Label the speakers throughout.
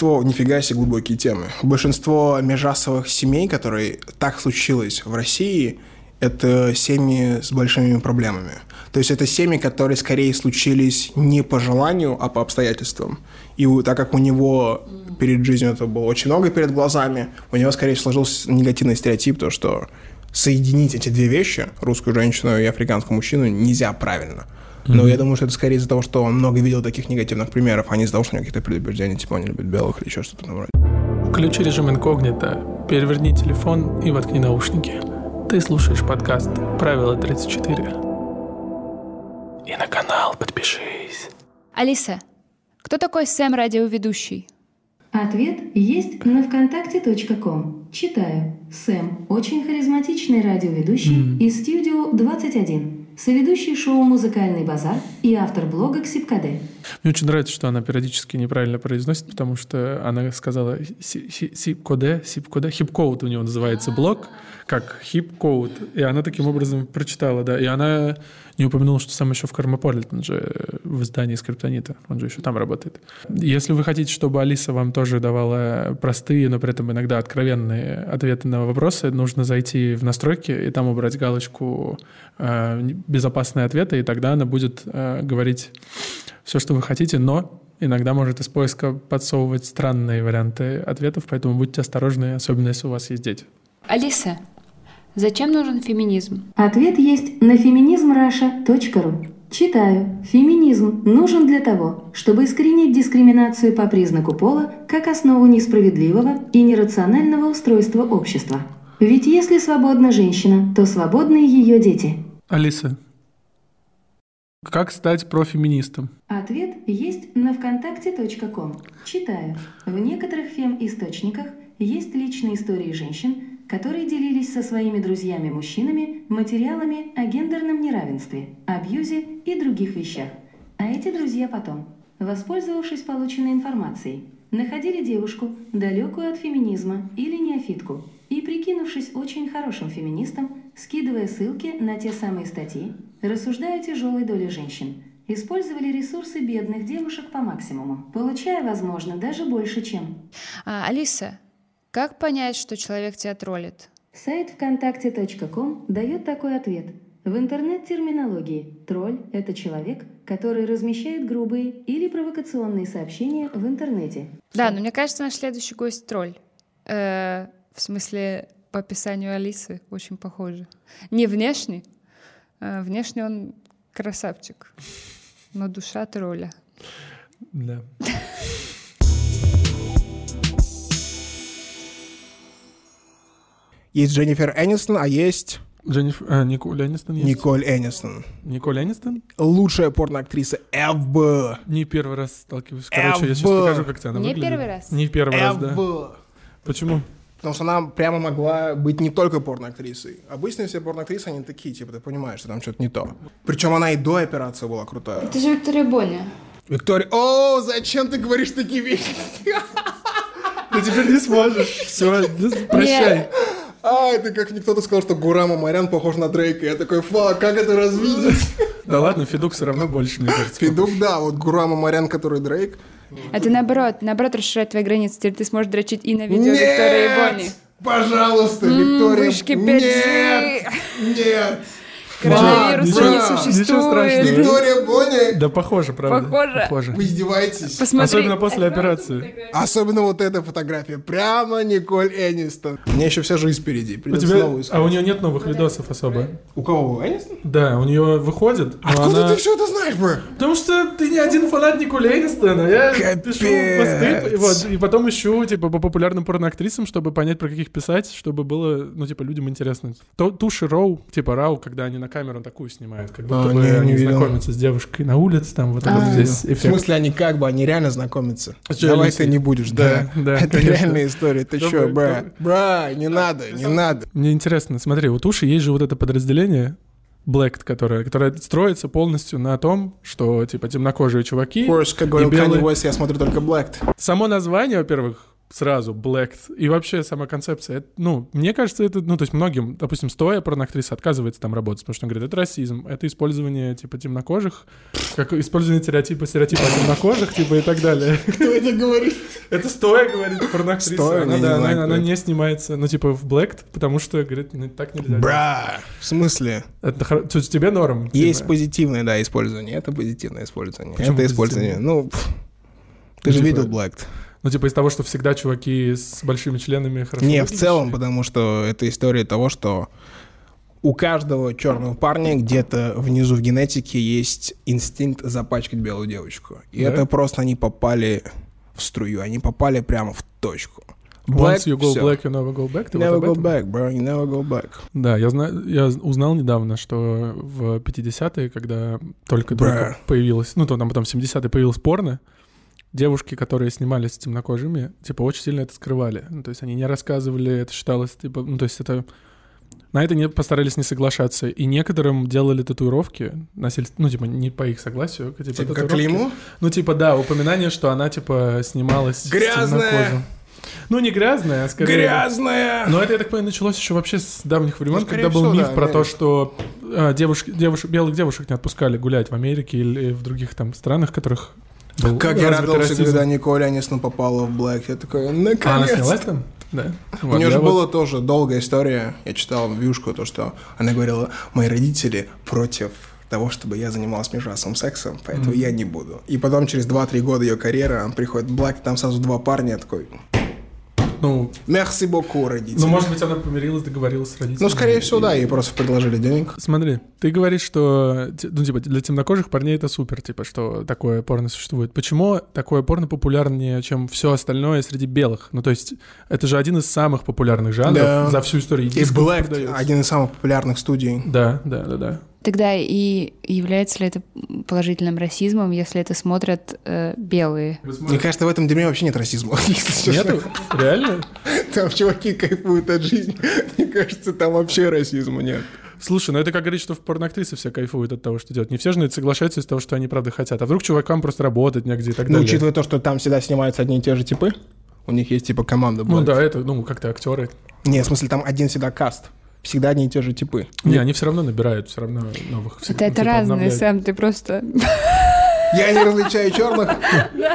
Speaker 1: большинство, нифига себе глубокие темы, большинство межрасовых семей, которые так случилось в России, это семьи с большими проблемами. То есть это семьи, которые скорее случились не по желанию, а по обстоятельствам. И у- так как у него перед жизнью это было очень много перед глазами, у него скорее сложился негативный стереотип, то что соединить эти две вещи, русскую женщину и африканского мужчину, нельзя правильно. Но я думаю, что это скорее из-за того, что он много видел таких негативных примеров, а не из-за того, что у него какие-то предубеждения, типа он не любит белых или еще что-то в этом роде.
Speaker 2: Включи режим инкогнито, переверни телефон и воткни наушники. Ты слушаешь подкаст «Правило 34». И на канал подпишись.
Speaker 3: Алиса, кто такой Сэм радиоведущий?
Speaker 4: Ответ есть на вконтакте.ком. Читаю. Сэм – очень харизматичный радиоведущий из Studio 21, соведущий шоу «Музыкальный базар» и автор блога «Ксипкаде».
Speaker 2: Мне очень нравится, что она периодически неправильно произносит, потому что она сказала «Си- си- сипкоде, сипкоде, хипкоут у него называется блог, как хипкоут. И она таким образом прочитала, да. И она не упомянула, что сам еще в Кармополитен же э, в издании Скриптонита. Он же еще там работает. Если вы хотите, чтобы Алиса вам тоже давала простые, но при этом иногда откровенные ответы на вопросы, нужно зайти в настройки и там убрать галочку э, «Безопасные ответы», и тогда она будет э, говорить все, что вы хотите, но иногда может из поиска подсовывать странные варианты ответов, поэтому будьте осторожны, особенно если у вас есть дети.
Speaker 3: Алиса, зачем нужен феминизм?
Speaker 4: Ответ есть на feminismrusha.ru. Читаю. Феминизм нужен для того, чтобы искоренить дискриминацию по признаку пола как основу несправедливого и нерационального устройства общества. Ведь если свободна женщина, то свободны и ее дети.
Speaker 2: Алиса, как стать профеминистом?
Speaker 4: Ответ есть на вконтакте.ком. Читаю. В некоторых фем-источниках есть личные истории женщин, которые делились со своими друзьями-мужчинами материалами о гендерном неравенстве, абьюзе и других вещах. А эти друзья потом, воспользовавшись полученной информацией, находили девушку, далекую от феминизма или неофитку, и, прикинувшись очень хорошим феминистом, скидывая ссылки на те самые статьи, рассуждая о тяжелой доле женщин, использовали ресурсы бедных девушек по максимуму, получая, возможно, даже больше, чем
Speaker 3: А, Алиса, как понять, что человек тебя троллит?
Speaker 4: Сайт вконтакте.ком дает такой ответ. В интернет-терминологии тролль – это человек, который размещает грубые или провокационные сообщения в интернете.
Speaker 3: Да, но мне кажется, наш следующий гость тролль. Э, в смысле, по описанию Алисы очень похоже. Не внешне. э, внешне он красавчик. Но душа тролля.
Speaker 2: Да.
Speaker 1: Есть Дженнифер Энистон, а есть
Speaker 2: Дженнифер, а, Николь Энистон есть?
Speaker 1: Николь Энистон.
Speaker 2: Николь Энистон?
Speaker 1: Лучшая порноактриса ever.
Speaker 2: Не первый раз сталкиваюсь. Короче, я сейчас
Speaker 1: Эвва.
Speaker 2: покажу, как она
Speaker 3: Не
Speaker 2: выглядит.
Speaker 3: первый раз?
Speaker 2: Не первый
Speaker 1: Э,
Speaker 2: раз, да.
Speaker 1: Ever.
Speaker 2: Почему?
Speaker 1: Потому что она прямо могла быть не только порноактрисой. Обычно все порноактрисы, они такие, типа, ты понимаешь, что там что-то не то. Причем она и до операции была крутая.
Speaker 3: Это же Виктория Боня.
Speaker 1: Виктория, о, зачем ты говоришь такие вещи? Ты теперь не сможешь.
Speaker 2: Все, прощай.
Speaker 1: А, это как мне кто-то сказал, что Гурама Марян похож на Дрейка. Я такой, фак, как это развидеть?
Speaker 2: Да ладно, Федук все равно больше, мне кажется.
Speaker 1: Федук, да, вот Гурама Марян, который Дрейк.
Speaker 3: Это наоборот, наоборот расширяет твои границы. Теперь ты сможешь дрочить и на видео Виктории Бони.
Speaker 1: Пожалуйста, Виктория.
Speaker 3: вышки 5G.
Speaker 1: Нет, нет.
Speaker 3: Коронавируса
Speaker 1: Ничего-
Speaker 3: не
Speaker 1: ничего
Speaker 3: существует.
Speaker 2: страшного.
Speaker 1: Виктория Боня,
Speaker 2: Да похоже, правда.
Speaker 3: Похоже.
Speaker 1: вы издеваетесь.
Speaker 3: Посмотри.
Speaker 2: Особенно после операции.
Speaker 1: Особенно вот эта фотография. Прямо Николь Энистон. У меня еще вся жизнь впереди.
Speaker 2: У
Speaker 1: Придется
Speaker 2: тебя,
Speaker 1: новую искать.
Speaker 2: а у нее нет новых видосов особо.
Speaker 1: У кого? у Энистон?
Speaker 2: Да, у нее выходит. но
Speaker 1: А Откуда
Speaker 2: она-
Speaker 1: ты все это знаешь, бро?
Speaker 2: Потому что ты не один фанат Николя Энистона. Я
Speaker 1: Капец.
Speaker 2: пишу посты, и, вот, и потом ищу, типа, по популярным порноактрисам, чтобы понять, про каких писать, чтобы было, ну, типа, людям интересно. То, туши Роу, типа Рау, когда они на камеру такую снимают, как будто
Speaker 1: А,
Speaker 2: бы
Speaker 1: не, не
Speaker 2: они
Speaker 1: видел.
Speaker 2: знакомятся с девушкой на улице, там, вот это вот здесь. И
Speaker 1: В
Speaker 2: всё.
Speaker 1: смысле, они как бы, они реально знакомятся.
Speaker 2: Чё,
Speaker 1: Давай
Speaker 2: Алиса?
Speaker 1: ты не будешь,
Speaker 2: Да,
Speaker 1: А да.
Speaker 2: да,
Speaker 1: Это
Speaker 2: конечно.
Speaker 1: реальная история. Ты
Speaker 2: Добрый,
Speaker 1: что, бра?
Speaker 2: добрый.
Speaker 1: Бра, не надо, не надо.
Speaker 2: Мне интересно, смотри, у Туши есть же вот это подразделение, Black, которое, которое строится полностью на том, что, типа, темнокожие чуваки...
Speaker 1: Короче, как
Speaker 2: и
Speaker 1: говорил
Speaker 2: белые-
Speaker 1: Kanye West, я смотрю только Black.
Speaker 2: Само название, во-первых, сразу blacked. И вообще сама концепция, это, ну, мне кажется, это, ну, то есть многим, допустим, стоя порноактриса отказывается там работать, потому что он говорит, это расизм, это использование, типа, темнокожих, как использование стереотипа, стереотипа темнокожих, типа, и так далее.
Speaker 1: Кто это говорит?
Speaker 2: Это стоя, говорит порноактриса.
Speaker 1: Стоя,
Speaker 2: она,
Speaker 1: не
Speaker 2: да, она,
Speaker 1: знаю, кто
Speaker 2: она
Speaker 1: это.
Speaker 2: не снимается, ну, типа, в blacked, потому что, говорит, ну, так нельзя.
Speaker 1: Бра! В смысле?
Speaker 2: Это хоро- то есть тебе норм.
Speaker 1: Есть
Speaker 2: типа.
Speaker 1: позитивное, да, использование. Это позитивное использование.
Speaker 2: Почему
Speaker 1: это использование. Ну, пф, ты
Speaker 2: Ну,
Speaker 1: же
Speaker 2: типа,
Speaker 1: видел Blacked.
Speaker 2: Ну, типа, из того, что всегда чуваки с большими членами хорошо
Speaker 1: Не, в
Speaker 2: выглядящие.
Speaker 1: целом, потому что это история того, что у каждого черного парня где-то внизу в генетике есть инстинкт запачкать белую девочку. И
Speaker 2: Да?
Speaker 1: это просто они попали в струю, они попали прямо в точку.
Speaker 2: Once you go
Speaker 1: всё.
Speaker 2: black, you never go back. Ты вот
Speaker 1: Never
Speaker 2: об
Speaker 1: go
Speaker 2: этом?
Speaker 1: back, bro. You never go back.
Speaker 2: Да, я, знаю, я узнал недавно, что в 50-е, когда только-только
Speaker 1: Бра.
Speaker 2: появилось, ну, то там потом в 70-е появилось порно, девушки, которые снимались с темнокожими, типа, очень сильно это скрывали. Ну, то есть они не рассказывали, это считалось, типа, ну, то есть это... На это не постарались не соглашаться. И некоторым делали татуировки, носили, ну, типа, не по их согласию. Типа,
Speaker 1: Типа как
Speaker 2: татуировки.
Speaker 1: клейму?
Speaker 2: Ну, типа, да, упоминание, что она, типа, снималась с
Speaker 1: Грязная!
Speaker 2: темнокожим. Ну, не грязная, а скорее...
Speaker 1: Грязная!
Speaker 2: Но это, я так понимаю, началось еще вообще с давних времен,
Speaker 1: Ну, скорее
Speaker 2: когда был
Speaker 1: всего,
Speaker 2: миф
Speaker 1: да,
Speaker 2: про то,
Speaker 1: наверное.
Speaker 2: что а, девушки, девушек, белых девушек не отпускали гулять в Америке или в других там странах, в которых был
Speaker 1: Как я
Speaker 2: развит
Speaker 1: радовался,
Speaker 2: расизм.
Speaker 1: когда Николь Анисна попала в Black. Я такой,
Speaker 2: А она
Speaker 1: наконец
Speaker 2: снялась там? Да.
Speaker 1: У
Speaker 2: Вот,
Speaker 1: нее
Speaker 2: я
Speaker 1: же
Speaker 2: вот-
Speaker 1: была тоже долгая история. Я читал вьюшку, то, что она говорила, мои родители против того, чтобы я занималась межрасовым сексом, поэтому я не буду. И потом через 2-3 года ее карьера, он приходит в Black, там сразу два парня, я такой,
Speaker 2: Ну,
Speaker 1: merci beaucoup, родители.
Speaker 2: ну, может быть, она помирилась, договорилась с родителями.
Speaker 1: Ну, скорее всего, да, ей просто предложили денег.
Speaker 2: Смотри, ты говоришь, что те- ну, типа, для темнокожих парней это супер, типа, что такое порно существует. Почему такое порно популярнее, чем все остальное среди белых? Ну, то есть, это же один из самых популярных жанров
Speaker 1: Да.
Speaker 2: за всю историю.
Speaker 1: И
Speaker 2: Дисков
Speaker 1: Black,
Speaker 2: продаётся.
Speaker 1: один из самых популярных студий.
Speaker 2: Да, да, да, да.
Speaker 5: Тогда и является ли это положительным расизмом, если это смотрят э, белые?
Speaker 1: Мне кажется, в этом дерьме вообще нет расизма. если честно.
Speaker 2: Нету? Реально?
Speaker 1: Там чуваки кайфуют от жизни. Мне кажется, там вообще расизма нет.
Speaker 2: Слушай, ну это как говорит, что в порноактрисы все кайфуют от того, что делают. Не все же на это соглашаются из-за того, что они правда хотят. А вдруг чувакам просто работать негде и так
Speaker 1: Ну,
Speaker 2: далее.
Speaker 1: учитывая то, что там всегда снимаются одни и те же типы, у них есть типа команда.
Speaker 2: Ну
Speaker 1: Black.
Speaker 2: да, это, ну, как-то актеры.
Speaker 1: Не, в смысле, там один всегда каст. Всегда одни и те же типы.
Speaker 2: Не, они все равно набирают, все равно новых. всех,
Speaker 5: Это,
Speaker 2: ну,
Speaker 5: это
Speaker 2: типа,
Speaker 5: разное,
Speaker 2: обновляют.
Speaker 5: Сэм, ты просто...
Speaker 1: Я не различаю черных.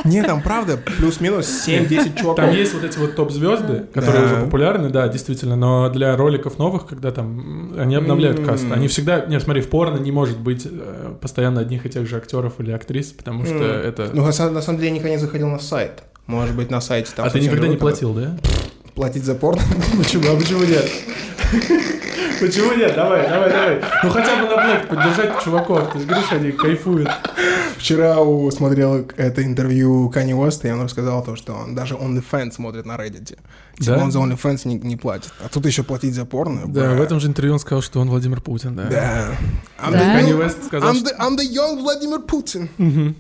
Speaker 1: Не, там правда плюс-минус 7-10
Speaker 2: Там
Speaker 1: чуваков.
Speaker 2: есть вот эти вот топ-звезды, которые
Speaker 1: Да.
Speaker 2: уже популярны, да, действительно, но для роликов новых, когда там м, они обновляют
Speaker 1: М.
Speaker 2: каст, они всегда, не, смотри, в порно не может быть э, постоянно одних и тех же актеров или актрис, потому что
Speaker 1: М.
Speaker 2: это...
Speaker 1: Ну, на самом на самом деле, я никогда не заходил на сайт. Может быть, на сайте там...
Speaker 2: а ты
Speaker 1: совсем
Speaker 2: никогда не
Speaker 1: другой
Speaker 2: платил, да?
Speaker 1: подход. Платить за порно?
Speaker 2: Почему? А почему нет? Почему нет? Давай, давай, давай. Ну хотя бы на Блэк поддержать чуваков. Ты же говоришь, они кайфуют.
Speaker 1: Вчера у- смотрел это интервью Кани Уэста, и он рассказал то, что он даже OnlyFans смотрит на Reddit. Типа
Speaker 2: Да?
Speaker 1: он за OnlyFans не, не платит. А тут еще платить за порно?
Speaker 2: Да,
Speaker 1: бра.
Speaker 2: в этом же интервью он сказал, что он Владимир Путин, да.
Speaker 1: Да. I'm
Speaker 5: Да.
Speaker 1: the
Speaker 2: Kanye
Speaker 1: young-
Speaker 2: West сказал,
Speaker 1: I'm
Speaker 2: что-
Speaker 1: the- I'm the young Владимир Путин.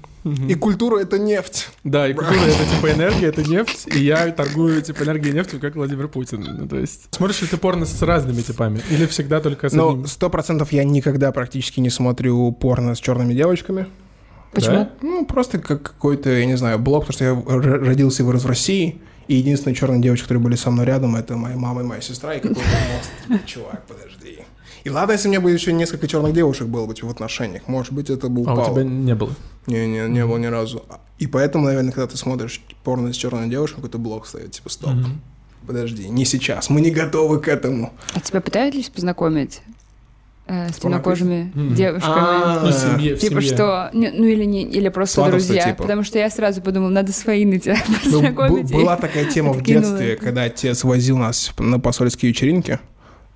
Speaker 1: И культура — это нефть.
Speaker 2: Да, и культура — это типа энергия, это нефть, и я торгую типа энергией и нефтью, как Владимир Путин. Ну, то есть... Смотришь ли ты порно с разными типами? Или всегда только с
Speaker 5: Ну,
Speaker 2: одним?
Speaker 1: Но сто процентов я никогда практически не смотрю порно с черными девочками.
Speaker 5: Почему?
Speaker 1: Ну, просто как какой-то, я не знаю, блок, потому что я р- родился и вырос в России, и единственные черные девочки, которые были со мной рядом, это моя мама и моя сестра, и какой-то мост. Типа, Чувак, подожди. И ладно, если у меня бы еще несколько черных девушек было бы в отношениях, может быть, это был
Speaker 2: А у
Speaker 1: пал.
Speaker 2: тебя не было.
Speaker 1: Не, не, не было ни разу. И поэтому, наверное, когда ты смотришь порно с черной девушкой, какой-то блок стоит, типа, стоп. Подожди, не сейчас, мы не готовы к этому.
Speaker 5: А тебя пытались познакомить э,
Speaker 1: порноактрисой?
Speaker 5: с темнокожими
Speaker 2: Мгм.
Speaker 5: девушками?
Speaker 1: А,
Speaker 2: Ну, в семье, в
Speaker 5: Типа
Speaker 2: семье.
Speaker 5: что, Не- ну или не, или просто
Speaker 1: Сватовство,
Speaker 5: друзья,
Speaker 1: типа.
Speaker 5: потому что я сразу подумала, надо свои на тебя
Speaker 1: Ну, бу-
Speaker 5: познакомить.
Speaker 1: была такая тема в
Speaker 5: откинула
Speaker 1: детстве,
Speaker 5: это.
Speaker 1: когда отец возил нас на посольские вечеринки.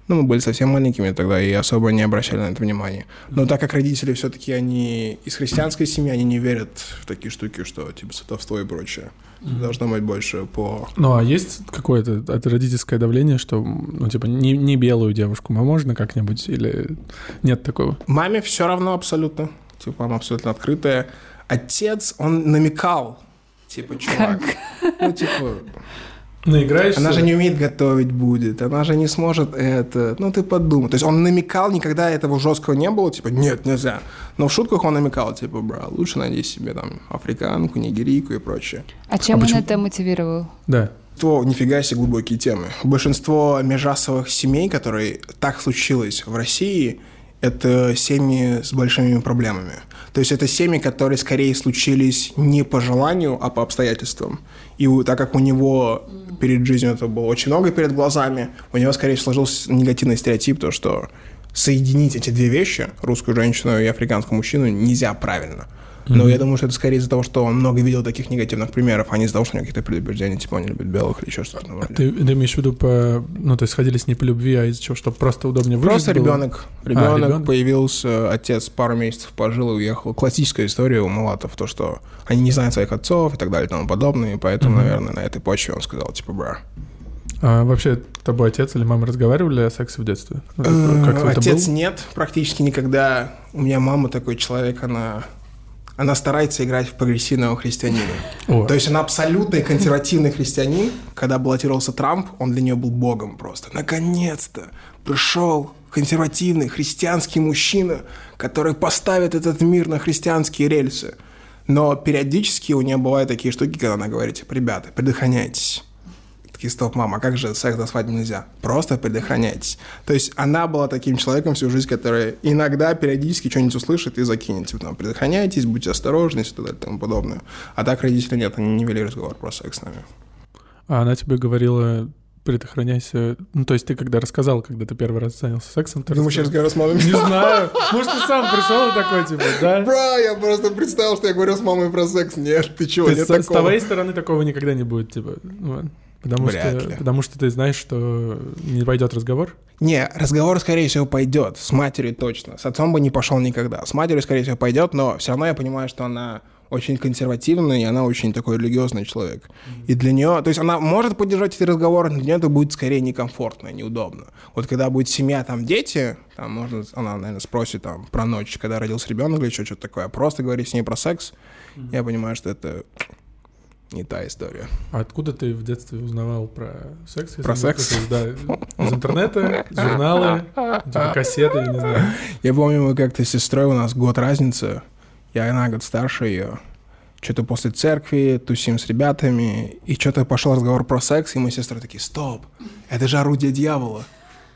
Speaker 1: Ну, мы были совсем маленькими тогда и особо не обращали на это внимания. Но так как родители все-таки, они из христианской семьи, они не верят в такие штуки, что типа сватовство и прочее. Должно быть больше по...
Speaker 2: Ну, а есть какое-то от- родительское давление, что, ну, типа, не, не белую девушку, а можно как-нибудь? Или нет такого?
Speaker 1: Маме все равно абсолютно. Типа, мама абсолютно открытая. Отец, он намекал. Типа, чувак. Ну, типа,
Speaker 2: Наиграешься?
Speaker 1: она же не умеет готовить будет, она же не сможет это. Ну, ты подумай. То есть он намекал, никогда этого жесткого не было, типа, нет, нельзя. Но в шутках он намекал, типа, бра, лучше найди себе там африканку, нигерийку и прочее.
Speaker 5: А чем он
Speaker 2: почему-
Speaker 5: это мотивировал?
Speaker 2: Да.
Speaker 1: То нифига себе глубокие темы. Большинство межрасовых семей, которые так случилось в России, это семьи с большими проблемами. То есть это семьи, которые скорее случились не по желанию, а по обстоятельствам. И у- так как у него перед жизнью это было очень много перед глазами, у него скорее сложился негативный стереотип, то что соединить эти две вещи, русскую женщину и африканского мужчину, нельзя правильно. Но я думаю, что это скорее из-за того, что он много видел таких негативных примеров, а не из-за того, что у него какие-то предубеждения, типа он не любит белых или еще что-то. в этом роде.
Speaker 2: А Ты, ты имеешь в виду по... Ну, то есть сходились не по любви, а из-за чего? Чтобы просто удобнее выжить
Speaker 1: Просто
Speaker 2: было?
Speaker 1: ребенок. Ребенок
Speaker 2: ребенок.
Speaker 1: появился, отец пару месяцев пожил и уехал. Классическая история у Мулатов, то, что они не знают своих отцов и так далее и тому подобное, и поэтому,
Speaker 2: Мгм.
Speaker 1: наверное, на этой почве он сказал, типа, бра.
Speaker 2: А вообще, тобой отец или мама разговаривали о сексе в детстве? Ну,
Speaker 1: Э,
Speaker 2: Как это
Speaker 1: Отец
Speaker 2: был?
Speaker 1: нет, практически никогда. У меня мама такой человек, она... Она старается играть в прогрессивного христианина.
Speaker 2: О,
Speaker 1: То есть она абсолютный консервативный христианин. Когда баллотировался Трамп, он для нее был богом просто. Наконец-то пришел консервативный христианский мужчина, который поставит этот мир на христианские рельсы. Но периодически у нее бывают такие штуки, когда она говорит, типа, ребята, предохраняйтесь. Такие, стоп, мама, а как же секс до свадьбы нельзя? Просто предохраняйтесь. То есть она была таким человеком всю жизнь, который иногда периодически что-нибудь услышит и закинет. Типа, там, предохраняйтесь, будьте осторожны и так далее и тому подобное. А так родители нет, они не вели разговор про секс с нами.
Speaker 2: А она тебе говорила, предохраняйся... Ну, то есть ты когда рассказал, когда ты первый раз занялся сексом, ты
Speaker 1: Думаю, сейчас
Speaker 2: рассказал?
Speaker 1: разговор с мамой.
Speaker 2: Не знаю. Может, ты сам пришел и такой, типа, да?
Speaker 1: Бра, я просто представил, что я говорю с мамой про секс. Нет, ты чего,
Speaker 2: То есть
Speaker 1: нет
Speaker 2: с, с
Speaker 1: такого.
Speaker 2: твоей стороны такого никогда не будет, типа, ну, потому
Speaker 1: Вряд
Speaker 2: что,
Speaker 1: ли.
Speaker 2: потому что ты знаешь, что не пойдет разговор.
Speaker 1: Не, разговор, скорее всего, пойдет. С матерью точно. С отцом бы не пошел никогда. С матерью, скорее всего, пойдет, но все равно я понимаю, что она очень консервативная, и она очень такой религиозный человек. И для нее... То есть она может поддержать эти разговоры, но для нее это будет скорее некомфортно и неудобно. Вот когда будет семья, там дети, там можно... Она, наверное, спросит там про ночь, когда родился ребенок или еще что-то такое. А Просто говорить с ней про секс, я понимаю, что это не та история.
Speaker 2: А откуда ты в детстве узнавал про секс? если
Speaker 1: Про
Speaker 2: не
Speaker 1: секс?
Speaker 2: путаюсь? да, из интернета, из журналы, типа кассеты, я не знаю.
Speaker 1: Я помню, мы как-то с сестрой, у нас год разница, я на год старше ее. Что-то после церкви, тусим с ребятами, и что-то пошел разговор про секс, и мы с сестрой такие, стоп, это же орудие дьявола.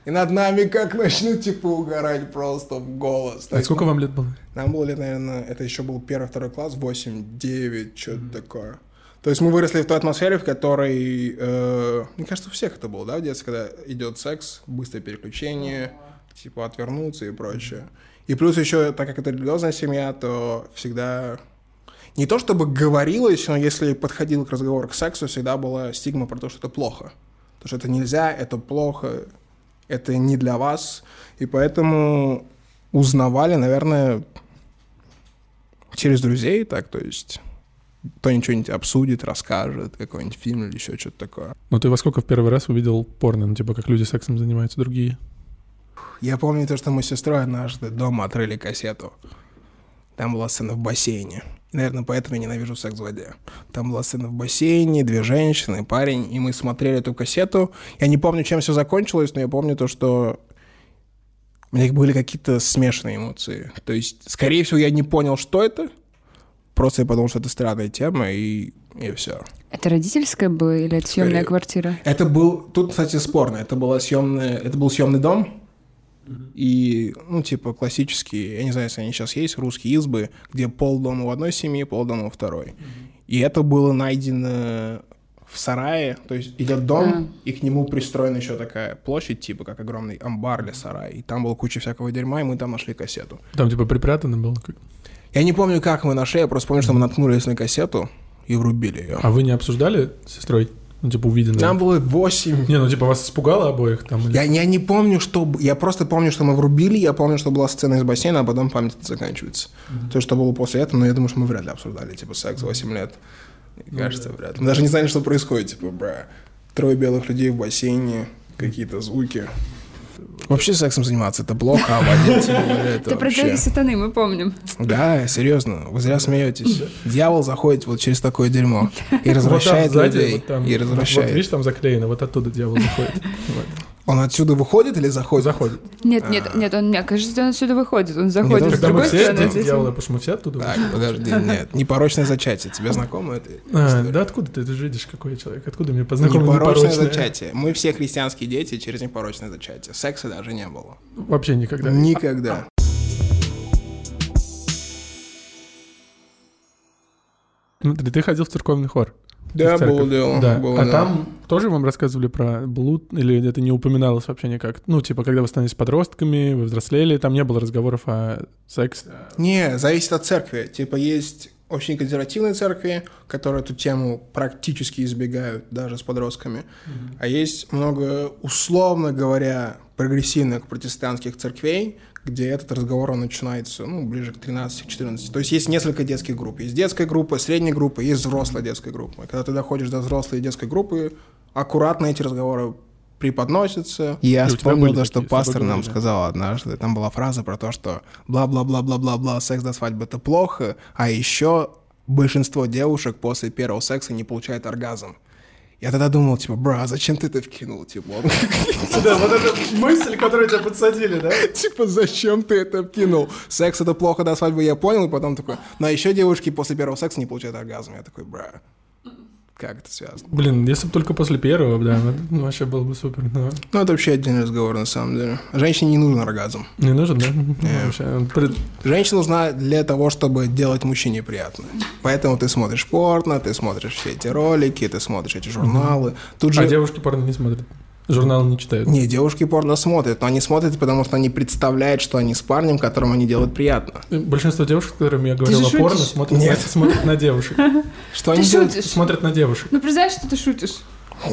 Speaker 1: И над нами как начнут, типа, угорать просто в голос. То
Speaker 2: А
Speaker 1: есть
Speaker 2: сколько вам лет было?
Speaker 1: Нам было лет, наверное, это еще был первый-второй класс, 8-9, что-то такое. То есть мы выросли в той атмосфере, в которой, э, мне кажется, у всех это было, да, в детстве, когда идет секс, быстрое переключение, типа отвернуться и прочее. И плюс еще, так как это религиозная семья, то всегда не то чтобы говорилось, но если подходил к разговору к сексу, всегда была стигма про то, что это плохо. То, что это нельзя, это плохо, это не для вас. И поэтому узнавали, наверное, через друзей так, то есть кто-нибудь что-нибудь обсудит, расскажет, какой-нибудь фильм или еще что-то такое.
Speaker 2: Ну, ты во сколько в первый раз увидел порно? Ну, типа, как люди сексом занимаются другие.
Speaker 1: Я помню то, что мы с сестрой однажды дома отрыли кассету. Там была сцена в бассейне. И, наверное, поэтому я ненавижу секс в воде. Там была сцена в бассейне, две женщины, парень, и мы смотрели эту кассету. Я не помню, чем все закончилось, но я помню то, что у меня были какие-то смешанные эмоции. То есть, скорее всего, я не понял, что это. Просто я подумал, что это странная тема, и, и все.
Speaker 5: Это родительская была или это съемная
Speaker 1: Скорее.
Speaker 5: квартира?
Speaker 1: Это был, тут, кстати, спорно. Это была съемная, это был съемный дом. И, ну, типа, классические, я не знаю, если они сейчас есть, русские избы, где пол дома у одной семьи, пол дома у второй. И это было найдено в сарае, то есть идет дом,
Speaker 5: А.
Speaker 1: и к нему пристроена еще такая площадь, типа, как огромный амбар или сарай. И там была куча всякого дерьма, и мы там нашли кассету.
Speaker 2: Там, типа, припрятано было. как-
Speaker 1: Я не помню, как мы нашли, я просто помню, что мы наткнулись на кассету и врубили ее.
Speaker 2: А вы не обсуждали с сестрой? Ну, типа, увиденное?
Speaker 1: Нам было 8
Speaker 2: Не, ну, типа, вас испугало обоих там? или-
Speaker 1: Я, я не помню, что... б- Я просто помню, что мы врубили, я помню, что была сцена из бассейна, а потом память заканчивается. То, что было после этого, но я думаю, что мы вряд ли обсуждали, типа, секс 8 лет.
Speaker 2: Ну
Speaker 1: Мне кажется, вряд ли. Мы даже не знали, что происходит, типа, бра. Трое белых людей в бассейне, какие-то звуки. Вообще сексом заниматься это плохо, а водить это
Speaker 5: Это про
Speaker 1: вообще-
Speaker 5: царя сатаны, мы помним.
Speaker 1: Да, серьезно, вы зря смеетесь. Дьявол заходит вот через такое дерьмо и
Speaker 2: Вот там
Speaker 1: развращает
Speaker 2: сзади,
Speaker 1: людей.
Speaker 2: вот там.
Speaker 1: И
Speaker 2: Вот, видишь,
Speaker 1: развращает.
Speaker 2: там заклеено, вот оттуда дьявол заходит. Вот.
Speaker 1: Он отсюда выходит или заходит?
Speaker 6: Заходит.
Speaker 5: Нет, нет,
Speaker 2: А.
Speaker 5: нет, он, мне кажется, он отсюда выходит. Он заходит
Speaker 1: он
Speaker 5: с
Speaker 6: Когда мы
Speaker 5: другой
Speaker 6: все
Speaker 5: стороны.
Speaker 6: дети
Speaker 5: здесь
Speaker 6: дьявола,
Speaker 5: он-
Speaker 6: потому что мы все оттуда
Speaker 1: Так,
Speaker 6: вышли.
Speaker 1: подожди, нет. Непорочное зачатие. Тебе знакомо это?
Speaker 2: А,
Speaker 1: история?
Speaker 2: да откуда ты? Ты же видишь, какой я человек. Откуда мне познакомил
Speaker 1: Непорочное
Speaker 2: непорочное?
Speaker 1: зачатие. Мы все христианские дети через непорочное зачатие. Секса даже не было.
Speaker 2: Вообще никогда.
Speaker 1: Никогда.
Speaker 2: Смотри, ты ходил в церковный хор.
Speaker 1: Да,
Speaker 2: в церковь.
Speaker 1: было дело.
Speaker 2: Да.
Speaker 1: было
Speaker 2: а
Speaker 1: дело.
Speaker 2: там тоже вам рассказывали про блуд, или это не упоминалось вообще никак? Ну, типа, когда вы становились подростками, вы взрослели, там не было разговоров о сексе.
Speaker 1: Не, зависит от церкви. Типа есть очень консервативные церкви, которые эту тему практически избегают даже с подростками. А есть много, условно говоря, прогрессивных протестантских церквей, где этот разговор он начинается ну, ближе к 13-14. То есть есть несколько детских групп. Есть детская группа, средняя группа, есть взрослая детская группа. И Когда ты доходишь до взрослой детской группы, аккуратно эти разговоры преподносятся. Я
Speaker 2: И у тебя
Speaker 1: вспомнил
Speaker 2: были
Speaker 1: то, что
Speaker 2: такие, с тобой
Speaker 1: пастор нам
Speaker 2: говорили?
Speaker 1: сказал однажды. Там была фраза про то, что бла-бла-бла-бла-бла-бла, секс до свадьбы это плохо, а еще большинство девушек после первого секса не получает оргазм. Я тогда думал, типа, бра, а зачем ты это вкинул, типа?
Speaker 6: Да, вот эта мысль, которую тебя подсадили, да?
Speaker 1: Типа, зачем ты это вкинул? Секс это плохо до свадьбы, я понял, и потом такой, ну а еще девушки после первого секса не получают оргазм. Я такой, бра, как это связано?
Speaker 2: Блин, если бы только после первого, да, вот, ну, вообще было бы супер. но
Speaker 1: Ну, это вообще отдельный разговор, на самом деле. Женщине не нужен оргазм.
Speaker 2: не нужен, да? Ну, Вообще, он а пред-
Speaker 1: Женщина нужна для того, чтобы делать мужчине приятно. Поэтому ты смотришь порно, ты смотришь все эти ролики, ты смотришь эти журналы. Тут же...
Speaker 2: А девушки порно не смотрят. Журналы не читают.
Speaker 1: Не, девушки порно смотрят, но они смотрят, потому что они представляют, что они с парнем, которому они делают приятно.
Speaker 2: Большинство девушек, с которыми я говорил
Speaker 5: же
Speaker 2: о порно,
Speaker 5: шутишь?
Speaker 2: смотрят,
Speaker 1: Нет.
Speaker 2: смотрят на девушек.
Speaker 1: Что
Speaker 5: Ты
Speaker 1: они делают?
Speaker 5: шутишь?
Speaker 2: Смотрят на девушек.
Speaker 5: Ну, признай, что ты шутишь.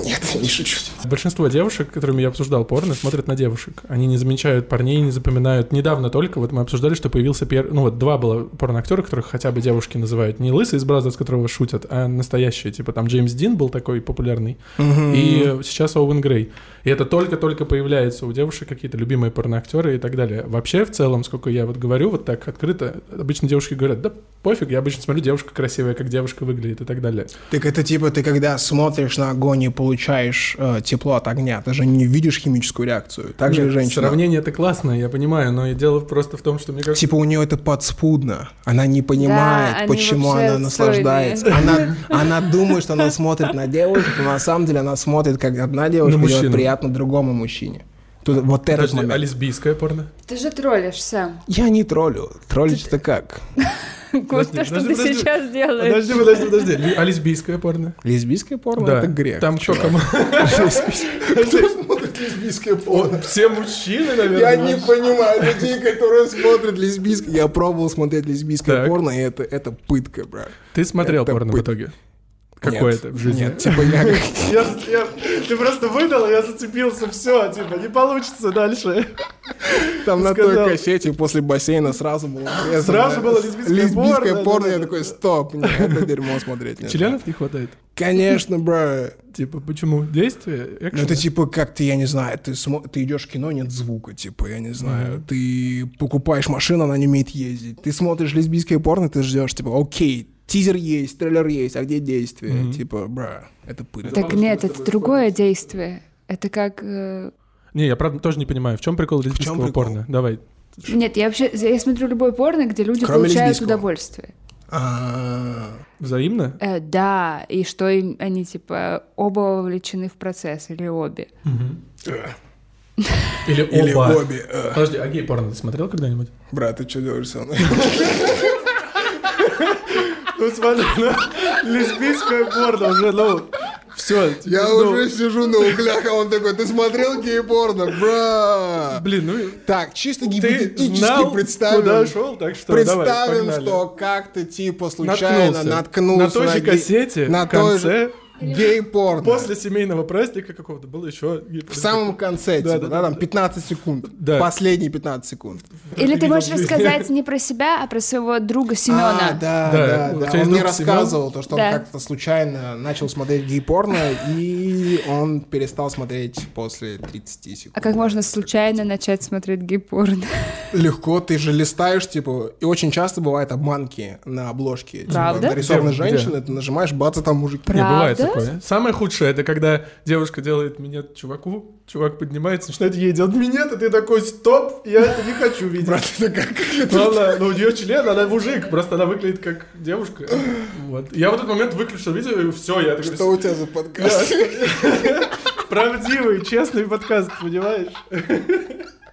Speaker 1: Нет, я не шучу.
Speaker 2: Большинство девушек, которыми я обсуждал порно, смотрят на девушек. Они не замечают парней, не запоминают. Недавно только вот мы обсуждали, что появился первый... Ну вот два было порноактера, которых хотя бы девушки называют. Не лысый из Бразерс, которого шутят, а настоящие. Типа там Джеймс Дин был такой популярный. И сейчас Оуэн Грей. И это только-только появляется у девушек какие-то любимые порноактеры и так далее. Вообще, в целом, сколько я вот говорю вот так открыто, обычно девушки говорят, да пофиг, я обычно смотрю, девушка красивая, как девушка выглядит и так далее.
Speaker 1: Так это типа ты когда смотришь на огонь и получаешь э, тепло от огня, ты же не видишь химическую реакцию. Так же и
Speaker 2: Нет,
Speaker 1: женщина.
Speaker 2: Сравнение это классно, я понимаю, но и дело просто в том, что мне кажется,
Speaker 1: Типа у нее это подспудно. Она не понимает,
Speaker 5: Да, они
Speaker 1: почему
Speaker 5: вообще
Speaker 1: она
Speaker 5: отстойные.
Speaker 1: наслаждается. Она, она думает, что она смотрит на девушку, но на самом деле она смотрит, как одна девушка
Speaker 2: На
Speaker 1: делает
Speaker 2: мужчину.
Speaker 1: приятно другому мужчине. Тут вот этот
Speaker 2: Подожди,
Speaker 1: момент.
Speaker 2: а лесбийское порно?
Speaker 5: Ты же троллишь сам.
Speaker 1: Я не троллю. Троллить-то как?
Speaker 5: Вот то, что
Speaker 2: подожди,
Speaker 5: ты
Speaker 2: подожди.
Speaker 5: сейчас делаешь.
Speaker 2: Подожди, подожди, подожди. Ле- А лесбийское порно?
Speaker 1: Лесбийское порно это грех.
Speaker 2: Там что, кому?
Speaker 1: Кто смотрит лесбийское порно?
Speaker 2: Все мужчины,
Speaker 1: Я не
Speaker 2: наверное.
Speaker 1: понимаю людей, которые смотрят лесбийское. Я пробовал смотреть лесбийское
Speaker 2: Так.
Speaker 1: порно, и это, это пытка, брат.
Speaker 2: Ты смотрел
Speaker 1: Это
Speaker 2: порно в
Speaker 1: пыт-
Speaker 2: итоге? Какое
Speaker 1: Нет.
Speaker 2: это в жизни?
Speaker 1: Нет, типа я...
Speaker 6: Ты просто выдал, я зацепился, все, типа, не получится дальше.
Speaker 1: Там на
Speaker 6: Сказал.
Speaker 1: той кассете после бассейна сразу было врезано.
Speaker 6: Сразу было лесбийское
Speaker 1: Лесбийское
Speaker 6: порно,
Speaker 1: порно,
Speaker 6: да,
Speaker 1: я
Speaker 6: да,
Speaker 1: такой, стоп, нет, это дерьмо смотреть нельзя».
Speaker 2: Членов не хватает?
Speaker 1: Конечно, бро.
Speaker 2: Типа, почему? Действие?
Speaker 1: Ну
Speaker 2: Экшен?
Speaker 1: это типа как ты, я не знаю, ты, смо- ты идешь в кино, нет звука, типа, я не знаю. Ты покупаешь машину, она не умеет ездить. Ты смотришь лесбийское порно, ты ждешь, типа, окей, тизер есть, трейлер есть, а где действие? Типа, бра, это пытка.
Speaker 5: Так нет, это другое действие. Это как... э,
Speaker 2: Не, я правда тоже не понимаю, в чем прикол лесбийского
Speaker 1: прикол?
Speaker 2: порно? Давай.
Speaker 5: Нет, я вообще... Я смотрю любое порно, где люди
Speaker 1: Кроме
Speaker 5: получают
Speaker 1: лесбийского.
Speaker 5: удовольствие.
Speaker 1: А,
Speaker 2: Взаимно?
Speaker 5: Э, да, и что им, они типа оба вовлечены в процесс или обе.
Speaker 2: Или
Speaker 1: Или
Speaker 2: оба?
Speaker 1: обе. э.
Speaker 2: Подожди, а гей-порно ты смотрел когда-нибудь?
Speaker 1: Бра, ты что делаешь со мной?
Speaker 6: Ну смотри, ну, лесбийское порно уже, ну, все.
Speaker 1: Я уже сижу на углях, а он такой, ты смотрел гей-порно, бра?
Speaker 2: Блин, ну
Speaker 1: Так, чисто
Speaker 2: ты
Speaker 1: гипотетически
Speaker 2: знал,
Speaker 1: представим.
Speaker 2: куда шел, так что
Speaker 1: Представим,
Speaker 2: давай, погнали.
Speaker 1: что как-то типа случайно
Speaker 2: Наткнулся.
Speaker 1: наткнулся
Speaker 2: На той же
Speaker 1: ге-
Speaker 2: кассете
Speaker 1: на
Speaker 2: в
Speaker 1: той же
Speaker 2: конце
Speaker 1: гей-порно.
Speaker 2: После семейного праздника какого-то было еще...
Speaker 1: В самом конце, типа,
Speaker 2: Да, да,
Speaker 1: да,
Speaker 2: да,
Speaker 1: там
Speaker 2: да.
Speaker 1: 15 секунд.
Speaker 2: Да.
Speaker 1: Последние 15 секунд.
Speaker 5: Или ты
Speaker 2: видел
Speaker 5: можешь
Speaker 2: в жизни.
Speaker 5: рассказать не про себя, а про своего друга Семена.
Speaker 1: А, да,
Speaker 2: Да,
Speaker 1: да,
Speaker 2: у
Speaker 1: да.
Speaker 2: тебя есть
Speaker 1: Он мне
Speaker 2: друг
Speaker 1: рассказывал, то, что
Speaker 5: Да.
Speaker 1: он как-то случайно начал смотреть гей-порно, и он перестал смотреть после 30 секунд.
Speaker 5: А как можно случайно начать смотреть гей-порно?
Speaker 1: Легко, ты же листаешь, типа, и очень часто бывают обманки на обложке. Типа,
Speaker 5: Правда?
Speaker 1: нарисована
Speaker 2: Где?
Speaker 1: женщина, ты нажимаешь, бац, а там мужик.
Speaker 5: Правда?
Speaker 2: бывает такое. Самое худшее, это когда девушка делает минет чуваку, чувак поднимается, начинает ей делать минет, и ты такой, стоп, я это не хочу видеть.
Speaker 1: Брат, это как?
Speaker 2: Ну, она- ну, у нее член, она мужик, просто она выглядит как девушка. Вот. Я в этот момент выключил видео, и все, я такой,
Speaker 1: Что у тебя за подкаст?
Speaker 6: Правдивый, честный подкаст, понимаешь?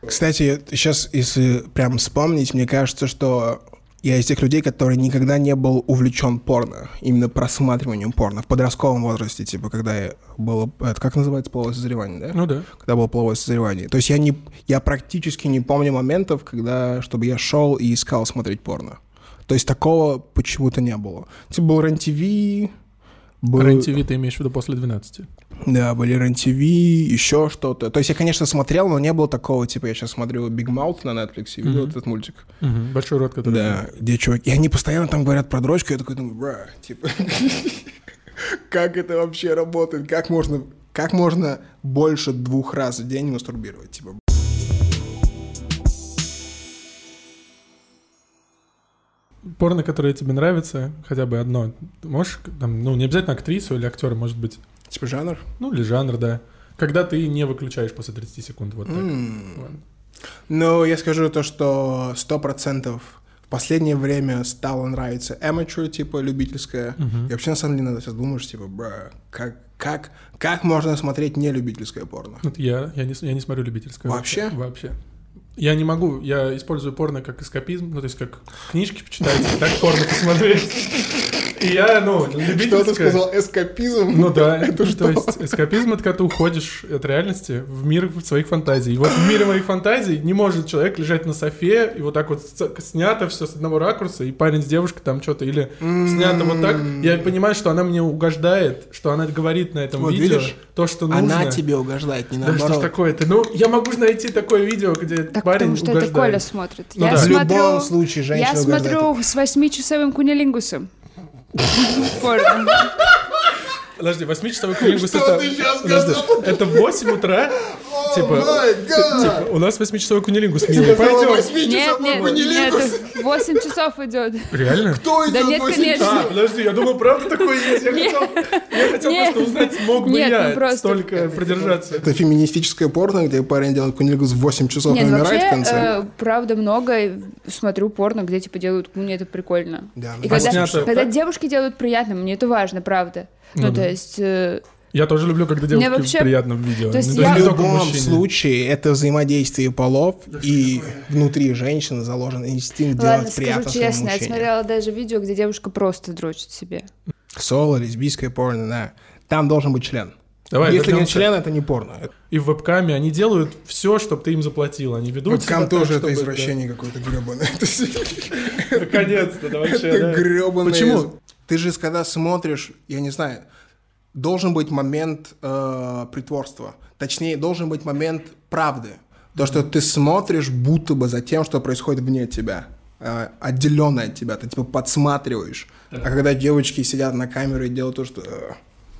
Speaker 1: Кстати, сейчас, если прям вспомнить, мне кажется, что я из тех людей, который никогда не был увлечен порно, именно просматриванием порно в подростковом возрасте, типа, когда я было, это как называется, половое созревание, да?
Speaker 2: Ну да.
Speaker 1: Когда было половое созревание. То есть я не, я практически не помню моментов, когда, чтобы я шел и искал смотреть порно. То есть такого почему-то не было. Типа был РЕН-ТВ, был...
Speaker 2: Рен-ТВ ты имеешь в виду после 12.
Speaker 1: Да, были РЕН-ТВ, еще что-то. То есть я, конечно, смотрел, но не было такого, типа, я сейчас смотрю Big Mouth на Netflix и видел этот мультик.
Speaker 2: Большой рот, который...
Speaker 1: Да, где чуваки... И они постоянно там говорят про дрочку, я такой думаю, бра, типа... Как это вообще работает? Как можно, как можно больше двух раз в день мастурбировать? Типа,
Speaker 2: Порно, которое тебе нравится, хотя бы одно. Можешь, там, ну, не обязательно актрису или актера, может быть.
Speaker 1: типа жанр?
Speaker 2: Ну, или жанр, да. Когда ты не выключаешь после 30 секунд, вот так. Вот.
Speaker 1: Ну, я скажу то, что сто процентов в последнее время стало нравиться amateur, типа, любительская. И вообще, на самом деле, надо сейчас думаешь, типа, бра, как, как, как можно смотреть нелюбительское порно?
Speaker 2: Вот я, я, не, с- я не смотрю любительское.
Speaker 1: Вообще?
Speaker 2: Вообще. Я не могу, я использую порно как эскапизм, ну, то есть как книжки почитать, так порно посмотреть. И я, ну, любительское...
Speaker 1: эскапизм?
Speaker 2: Ну да, то есть эскапизм — это когда ты уходишь от реальности в мир своих фантазий. И вот в мире моих фантазий не может человек лежать на софе, и вот так вот сц- снято все с одного ракурса, и парень с девушкой там что-то, или снято вот так. Я понимаю, что она мне угождает, что она говорит на этом
Speaker 1: Вот
Speaker 2: видео
Speaker 1: видишь?
Speaker 2: то, что нужно.
Speaker 1: Она тебе угождает, не
Speaker 2: Ну, Да что ж
Speaker 1: наоборот.
Speaker 2: такое-то? Ну, я могу же найти такое видео, где
Speaker 5: Так
Speaker 2: парень
Speaker 5: потому что это Коля
Speaker 2: угождает.
Speaker 5: смотрит.
Speaker 2: Ну
Speaker 5: я
Speaker 2: да.
Speaker 1: В
Speaker 5: смотрю,
Speaker 1: любом случае женщина
Speaker 5: я смотрю с восьмичасовым кунилингусом. Порно.
Speaker 2: Подожди, 8-часовой клип
Speaker 1: ты щас
Speaker 2: Это 8 утра? Типа, типа, у нас 8-часовой кунилингус, милый, пойдем.
Speaker 5: Нет, нет, нет, 8 часов идет.
Speaker 2: Реально?
Speaker 5: Да нет,
Speaker 2: А,
Speaker 5: конечно.
Speaker 2: подожди, я думал, правда такое есть? Я хотел, я хотел
Speaker 5: Нет.
Speaker 2: просто узнать, смог бы
Speaker 5: Нет,
Speaker 2: я
Speaker 5: ну просто-
Speaker 2: столько продержаться.
Speaker 1: Это феминистическое порно, где парень делает кунилингус в 8 часов и
Speaker 5: Нет,
Speaker 1: умирает в
Speaker 5: ну вообще,
Speaker 1: конце.
Speaker 5: э, правда, много и смотрю порно, где типа делают куни, это прикольно.
Speaker 1: Да,
Speaker 5: И
Speaker 1: ну,
Speaker 5: когда,
Speaker 2: снято
Speaker 5: когда
Speaker 2: так?
Speaker 5: девушки делают приятно, мне это важно, правда. Ну,
Speaker 2: Ну да.
Speaker 5: то есть, э,
Speaker 2: Я тоже люблю, когда
Speaker 5: Мне
Speaker 2: девушке
Speaker 5: вообще-
Speaker 2: приятно в видео.
Speaker 5: То есть
Speaker 2: Ну,
Speaker 5: я-
Speaker 1: В
Speaker 2: не только
Speaker 1: любом
Speaker 2: мужчине.
Speaker 1: случае, это взаимодействие полов, и внутри женщины заложен инстинкт
Speaker 5: ладно,
Speaker 1: делать
Speaker 5: скажу
Speaker 1: приятно своему
Speaker 5: честно, я
Speaker 1: мужчине.
Speaker 5: смотрела даже видео, где девушка просто дрочит себе.
Speaker 1: Соло, лесбийское порно, да. Там должен быть член.
Speaker 2: Давай,
Speaker 1: Если нет
Speaker 2: вернемся.
Speaker 1: члена, это не порно.
Speaker 2: И в вебкаме они делают все, чтобы ты им заплатил. Они ведут себя
Speaker 1: Вебкам
Speaker 2: так,
Speaker 1: тоже это
Speaker 2: чтобы-
Speaker 1: извращение какое-то гребаное.
Speaker 2: Да. Наконец-то, да, вообще,
Speaker 1: Это
Speaker 2: да.
Speaker 1: гребаное.
Speaker 2: Почему?
Speaker 1: Ты же, когда смотришь, я не знаю, должен быть момент э, притворства. Точнее, должен быть момент правды. То, что ты смотришь будто бы за тем, что происходит вне тебя. отделенное от тебя. Ты типа подсматриваешь. А когда девочки сидят на камеру и делают то, что... э,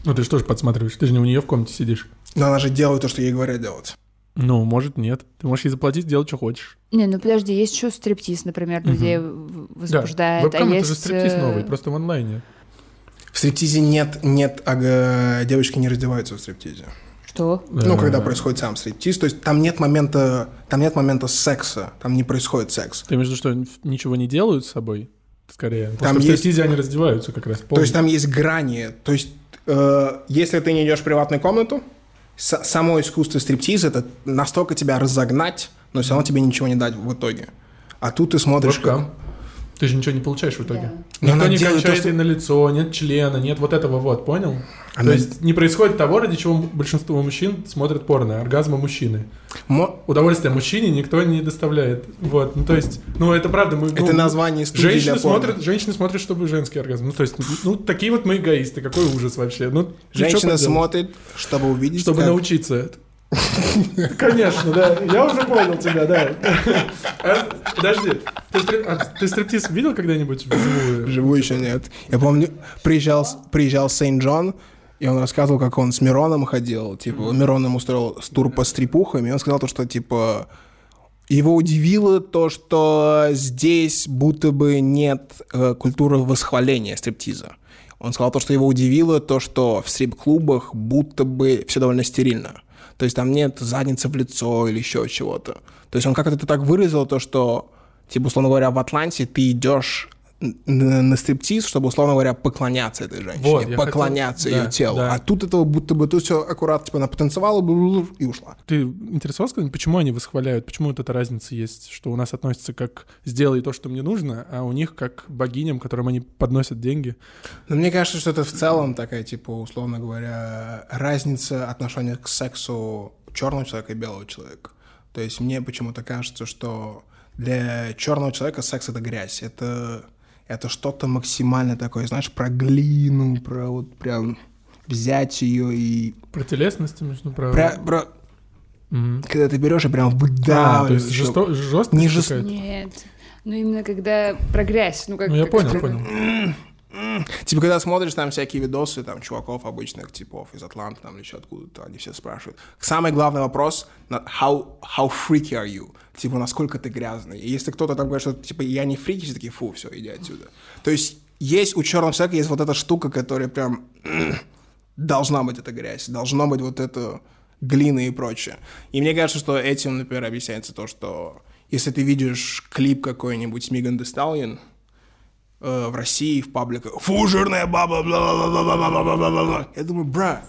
Speaker 2: Ну ты же тоже подсматриваешь, ты же не у нее в комнате сидишь.
Speaker 1: но она же делает то, что ей говорят делать.
Speaker 2: Ну, может, нет. Ты можешь ей заплатить, делать, что хочешь.
Speaker 5: Не, ну подожди, есть еще стриптиз, например, людей в- возбуждает, а
Speaker 2: Вебкам это же
Speaker 5: есть...
Speaker 2: стриптиз
Speaker 5: э,
Speaker 2: новый, просто в онлайне.
Speaker 1: В стриптизе нет, нет, ага, девочки не раздеваются в стриптизе.
Speaker 5: Что?
Speaker 1: Ну,
Speaker 2: Да.
Speaker 1: когда происходит сам стриптиз, то есть там нет момента, там нет момента секса, там не происходит секс.
Speaker 2: Ты между что, н- ничего не делают с собой? Скорее. Там
Speaker 1: Там
Speaker 2: в
Speaker 1: есть-
Speaker 2: стриптизе они раздеваются как раз.
Speaker 1: То есть там есть грани. То есть, э, если ты не идешь в приватную комнату, с- само искусство стриптиза это настолько тебя разогнать, но все равно тебе ничего не дать в итоге. А тут ты смотришь.
Speaker 2: Вебкам. Ты же ничего не получаешь в итоге.
Speaker 1: Но
Speaker 2: Никто
Speaker 1: она
Speaker 2: не
Speaker 1: делает то,
Speaker 2: кончает
Speaker 1: что-
Speaker 2: ей на лицо, нет члена, нет вот этого вот, понял?
Speaker 1: Она-
Speaker 2: То есть не происходит того, ради чего большинство мужчин смотрят порно, оргазма мужчины.
Speaker 1: как- Мо-
Speaker 2: Удовольствие мужчине никто не доставляет. Вот, ну то есть, ну это правда. Мы,
Speaker 1: Это
Speaker 2: ну,
Speaker 1: название студии
Speaker 2: Женщины
Speaker 1: для порно.
Speaker 2: смотрят, женщины смотрят, чтобы женский оргазм. Ну, то есть, ну, такие вот мы эгоисты. Какой ужас вообще. Ну, ничего
Speaker 1: Женщина
Speaker 2: поделать.
Speaker 1: смотрит, чтобы увидеть.
Speaker 2: Чтобы
Speaker 1: как-
Speaker 2: научиться. Конечно, да. Я уже понял тебя, да. А, Подожди. Ты стрип- а ты стриптиз видел когда-нибудь вживую?
Speaker 1: Живу еще нет. Я помню, приезжал, с- приезжал Сейн-Джон, и он рассказывал, как он с Мироном ходил. Типа, Мирон ему устроил тур по стрипухам, и он сказал то, что, типа, его удивило то, что здесь будто бы нет э, культуры восхваления стриптиза. Он сказал то, что его удивило, то, что в стрип-клубах будто бы все довольно стерильно. То есть там нет задницы в лицо или еще чего-то. То есть он как-то это так выразил, то, что, типа, условно говоря, в Атланте ты идешь н- н- на стриптиз, чтобы, условно говоря, поклоняться этой женщине,
Speaker 2: Вот, я хотел-
Speaker 1: поклоняться ее
Speaker 2: да,
Speaker 1: телу.
Speaker 2: да.
Speaker 1: А тут этого будто бы, тут все аккуратно, типа, она потанцевала бу-бу-бу, и ушла.
Speaker 2: Ты интересовался, когда-нибудь, почему они восхваляют? Почему вот эта разница есть, что у нас относится как «сделай то, что мне нужно», а у них как богиням, которым они подносят деньги?
Speaker 1: Но мне кажется, что это в целом такая, типа, условно говоря, разница отношения к сексу черного человека и белого человека. То есть мне почему-то кажется, что для черного человека секс это грязь, это, это что-то максимально такое, знаешь, про глину, про вот прям взять ее и...
Speaker 2: Про телесности, между прочим.
Speaker 1: Про, про-
Speaker 2: Мгм.
Speaker 1: Когда ты берешь и прям выдавливаешь.
Speaker 2: А, то есть
Speaker 1: чтоб-
Speaker 2: жесто- жесткость
Speaker 1: Не жест-
Speaker 2: какая-то?
Speaker 5: Нет. Ну, именно когда про грязь. Ну, как,
Speaker 2: Ну, я
Speaker 5: как
Speaker 2: понял,
Speaker 5: про-
Speaker 2: понял.
Speaker 1: Типа, когда смотришь там всякие видосы, там, чуваков обычных типов из Атланты, там, или еще откуда-то, они все спрашивают. Самый главный вопрос на- how, «How freaky are you?» Типа, насколько ты грязный? И если кто-то там говорит, что, типа, я не фрики, все такие, фу, все, иди отсюда. То есть, есть у черного человека есть вот эта штука, которая прям... должна быть эта грязь, должно быть вот это глина и прочее. И мне кажется, что этим, например, объясняется то, что если ты видишь клип какой-нибудь с Миган Thee Stallion, э, в России, в пабликах. Фу, жирная баба, бла бла бла бла бла бла бла бла бла Я думаю, бра,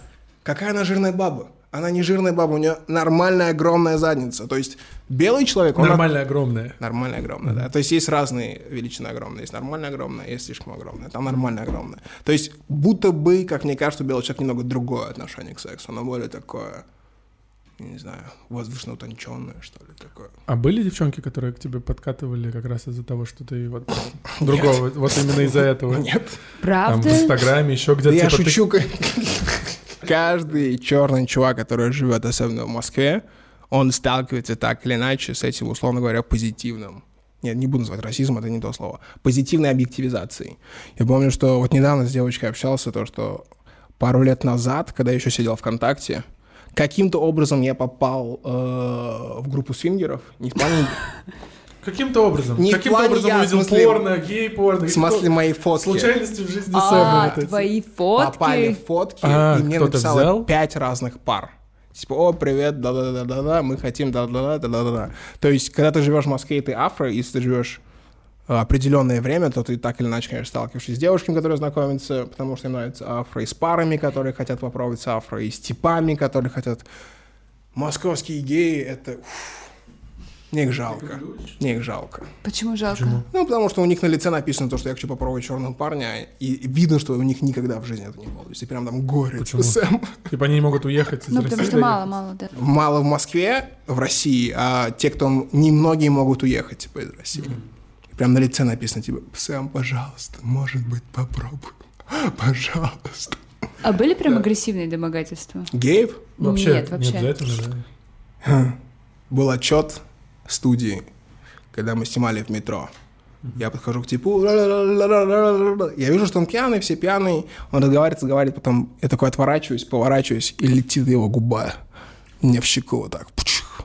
Speaker 1: какая она жирная баба? Она не жирная баба, у нее нормальная огромная задница. То есть белый человек, он...
Speaker 2: Нормально огромная.
Speaker 1: Нормально огромная, да. То есть есть разные величины огромные. Есть нормально огромная, есть слишком огромная. Там нормально огромная. То есть будто бы, как мне кажется, у белого человека немного другое отношение к сексу. Оно более такое, я не знаю, воздушно утонченное, что ли, такое.
Speaker 2: А были девчонки, которые к тебе подкатывали как раз из-за того, что ты вот другого, вот именно из-за этого? Нет. Там в
Speaker 5: Правда?
Speaker 2: Инстаграме, еще где-то.
Speaker 1: Да я
Speaker 2: типа, ты-
Speaker 1: шучу. Каждый черный чувак, который живет, особенно в Москве, он сталкивается так или иначе с этим, условно говоря, позитивным. Нет, не буду называть расизм, это не то слово. Позитивной объективизацией. Я помню, что вот недавно с девочкой общался, то, что пару лет назад, когда я еще сидел ВКонтакте, каким-то образом я попал э, в группу свингеров. Не в плане...
Speaker 2: Каким-то образом.
Speaker 1: Не в
Speaker 2: Каким-то
Speaker 1: плане
Speaker 2: образом
Speaker 1: я, в
Speaker 2: увидел
Speaker 1: смысле-
Speaker 2: порно, гей-порно.
Speaker 1: В смысле моей фотки.
Speaker 2: Случайности в жизни Сэма.
Speaker 5: А,
Speaker 2: вот эти.
Speaker 5: твои
Speaker 1: попали
Speaker 5: фотки.
Speaker 1: фотки,
Speaker 2: А,
Speaker 1: и мне
Speaker 2: кто-то
Speaker 1: написало
Speaker 2: взял?
Speaker 1: пять разных пар. Типа, о, привет, да-да-да-да-да, мы хотим да-да-да-да-да-да. То есть, когда ты живешь в Москве, и ты афро, если ты живешь э, определенное время, то ты так или иначе, конечно, сталкиваешься с девушками, которые знакомятся, потому что им нравится афро, и с парами, которые хотят попробовать с афро, и с типами, которые хотят... Московские геи — это... уф, Мне их жалко. Мне их жалко.
Speaker 5: Почему жалко?
Speaker 1: Ну, потому что у них на лице написано то, что я хочу попробовать черного парня, и видно, что у них никогда в жизни это не получится. И прям там горе.
Speaker 2: Почему?
Speaker 1: типа, Сэм.
Speaker 2: Типа они не могут уехать из
Speaker 5: Ну, потому
Speaker 2: России.
Speaker 5: что мало-мало, да.
Speaker 1: Мало в Москве, в России, а те, кто... Немногие могут уехать, типа, из России. И Прям на лице написано, типа, Сэм, пожалуйста, может быть, попробуй. Пожалуйста.
Speaker 5: А были прям агрессивные домогательства?
Speaker 1: Геев?
Speaker 2: Вообще,
Speaker 5: Нет, вообще.
Speaker 2: не обязательно, да.
Speaker 1: был отчет студии, когда мы снимали в метро. Я подхожу к типу, «Ла-ла-ла-ла-ла-ла-ла-ла». я вижу, что он пьяный, все пьяные, он разговаривает, разговаривает, потом я такой отворачиваюсь, поворачиваюсь, и летит его губа мне в щеку вот так. Пчух.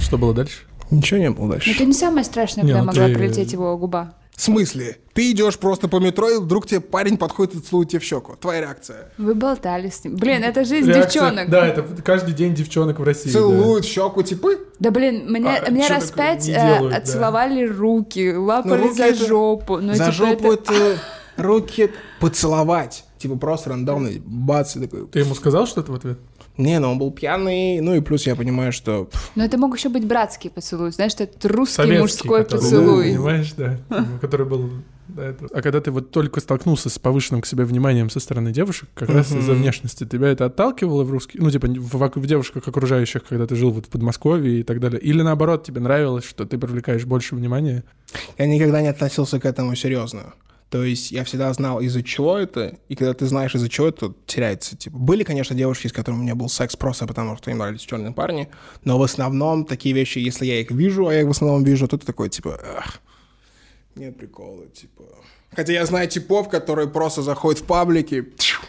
Speaker 2: Что было дальше?
Speaker 1: Ничего не было
Speaker 5: Но
Speaker 1: дальше.
Speaker 5: Ну, это не самое страшное,
Speaker 2: Не,
Speaker 5: когда
Speaker 2: ну
Speaker 5: могла
Speaker 2: ты-
Speaker 5: прилететь его губа.
Speaker 1: В смысле? Ты идешь просто по метро, и вдруг тебе парень подходит и целует тебе в щеку. Твоя реакция.
Speaker 5: Вы болтали с ним. Блин, это жизнь
Speaker 2: Реакция-
Speaker 5: девчонок.
Speaker 2: Да, это каждый день девчонок в России. да.
Speaker 1: Целует в щеку, типа.
Speaker 5: Да блин, меня,
Speaker 2: А,
Speaker 5: меня
Speaker 2: чё
Speaker 5: раз
Speaker 2: такое
Speaker 5: пять
Speaker 2: не
Speaker 5: э,
Speaker 2: делают, да.
Speaker 5: отцеловали руки, лапали
Speaker 1: Ну, руки
Speaker 5: за
Speaker 1: это-
Speaker 5: Ну, жопу. Ну,
Speaker 1: За
Speaker 5: типа,
Speaker 1: жопу
Speaker 5: это-
Speaker 1: это руки поцеловать. Типа просто рандомный бац, и такой.
Speaker 2: Ты ему сказал что-то в ответ?
Speaker 1: Не, ну он был пьяный, ну и плюс я понимаю, что... пф,
Speaker 5: Но ну, это мог еще быть братский поцелуй, знаешь, этот русский
Speaker 2: Советский,
Speaker 5: мужской
Speaker 2: который-
Speaker 5: поцелуй.
Speaker 2: Понимаешь, да. Ну, Который был до этого. А когда ты вот только столкнулся с повышенным к себе вниманием со стороны девушек, как раз из-за внешности, тебя это отталкивало в русский, ну, типа, в, вак- в девушках окружающих, когда ты жил вот в Подмосковье и так далее? Или наоборот, тебе нравилось, что ты привлекаешь больше внимания?
Speaker 1: Я никогда не относился к этому серьезно. То есть я всегда знал, из-за чего это, и когда ты знаешь, из-за чего это, теряется. Типа, были, конечно, девушки, с которыми у меня был секс просто потому, что им нравились черные парни, но в основном такие вещи, если я их вижу, а я их в основном вижу, то ты такой, типа, «Эх, нет прикола, типа... Хотя я знаю типов, которые просто заходят в паблики, тьфу,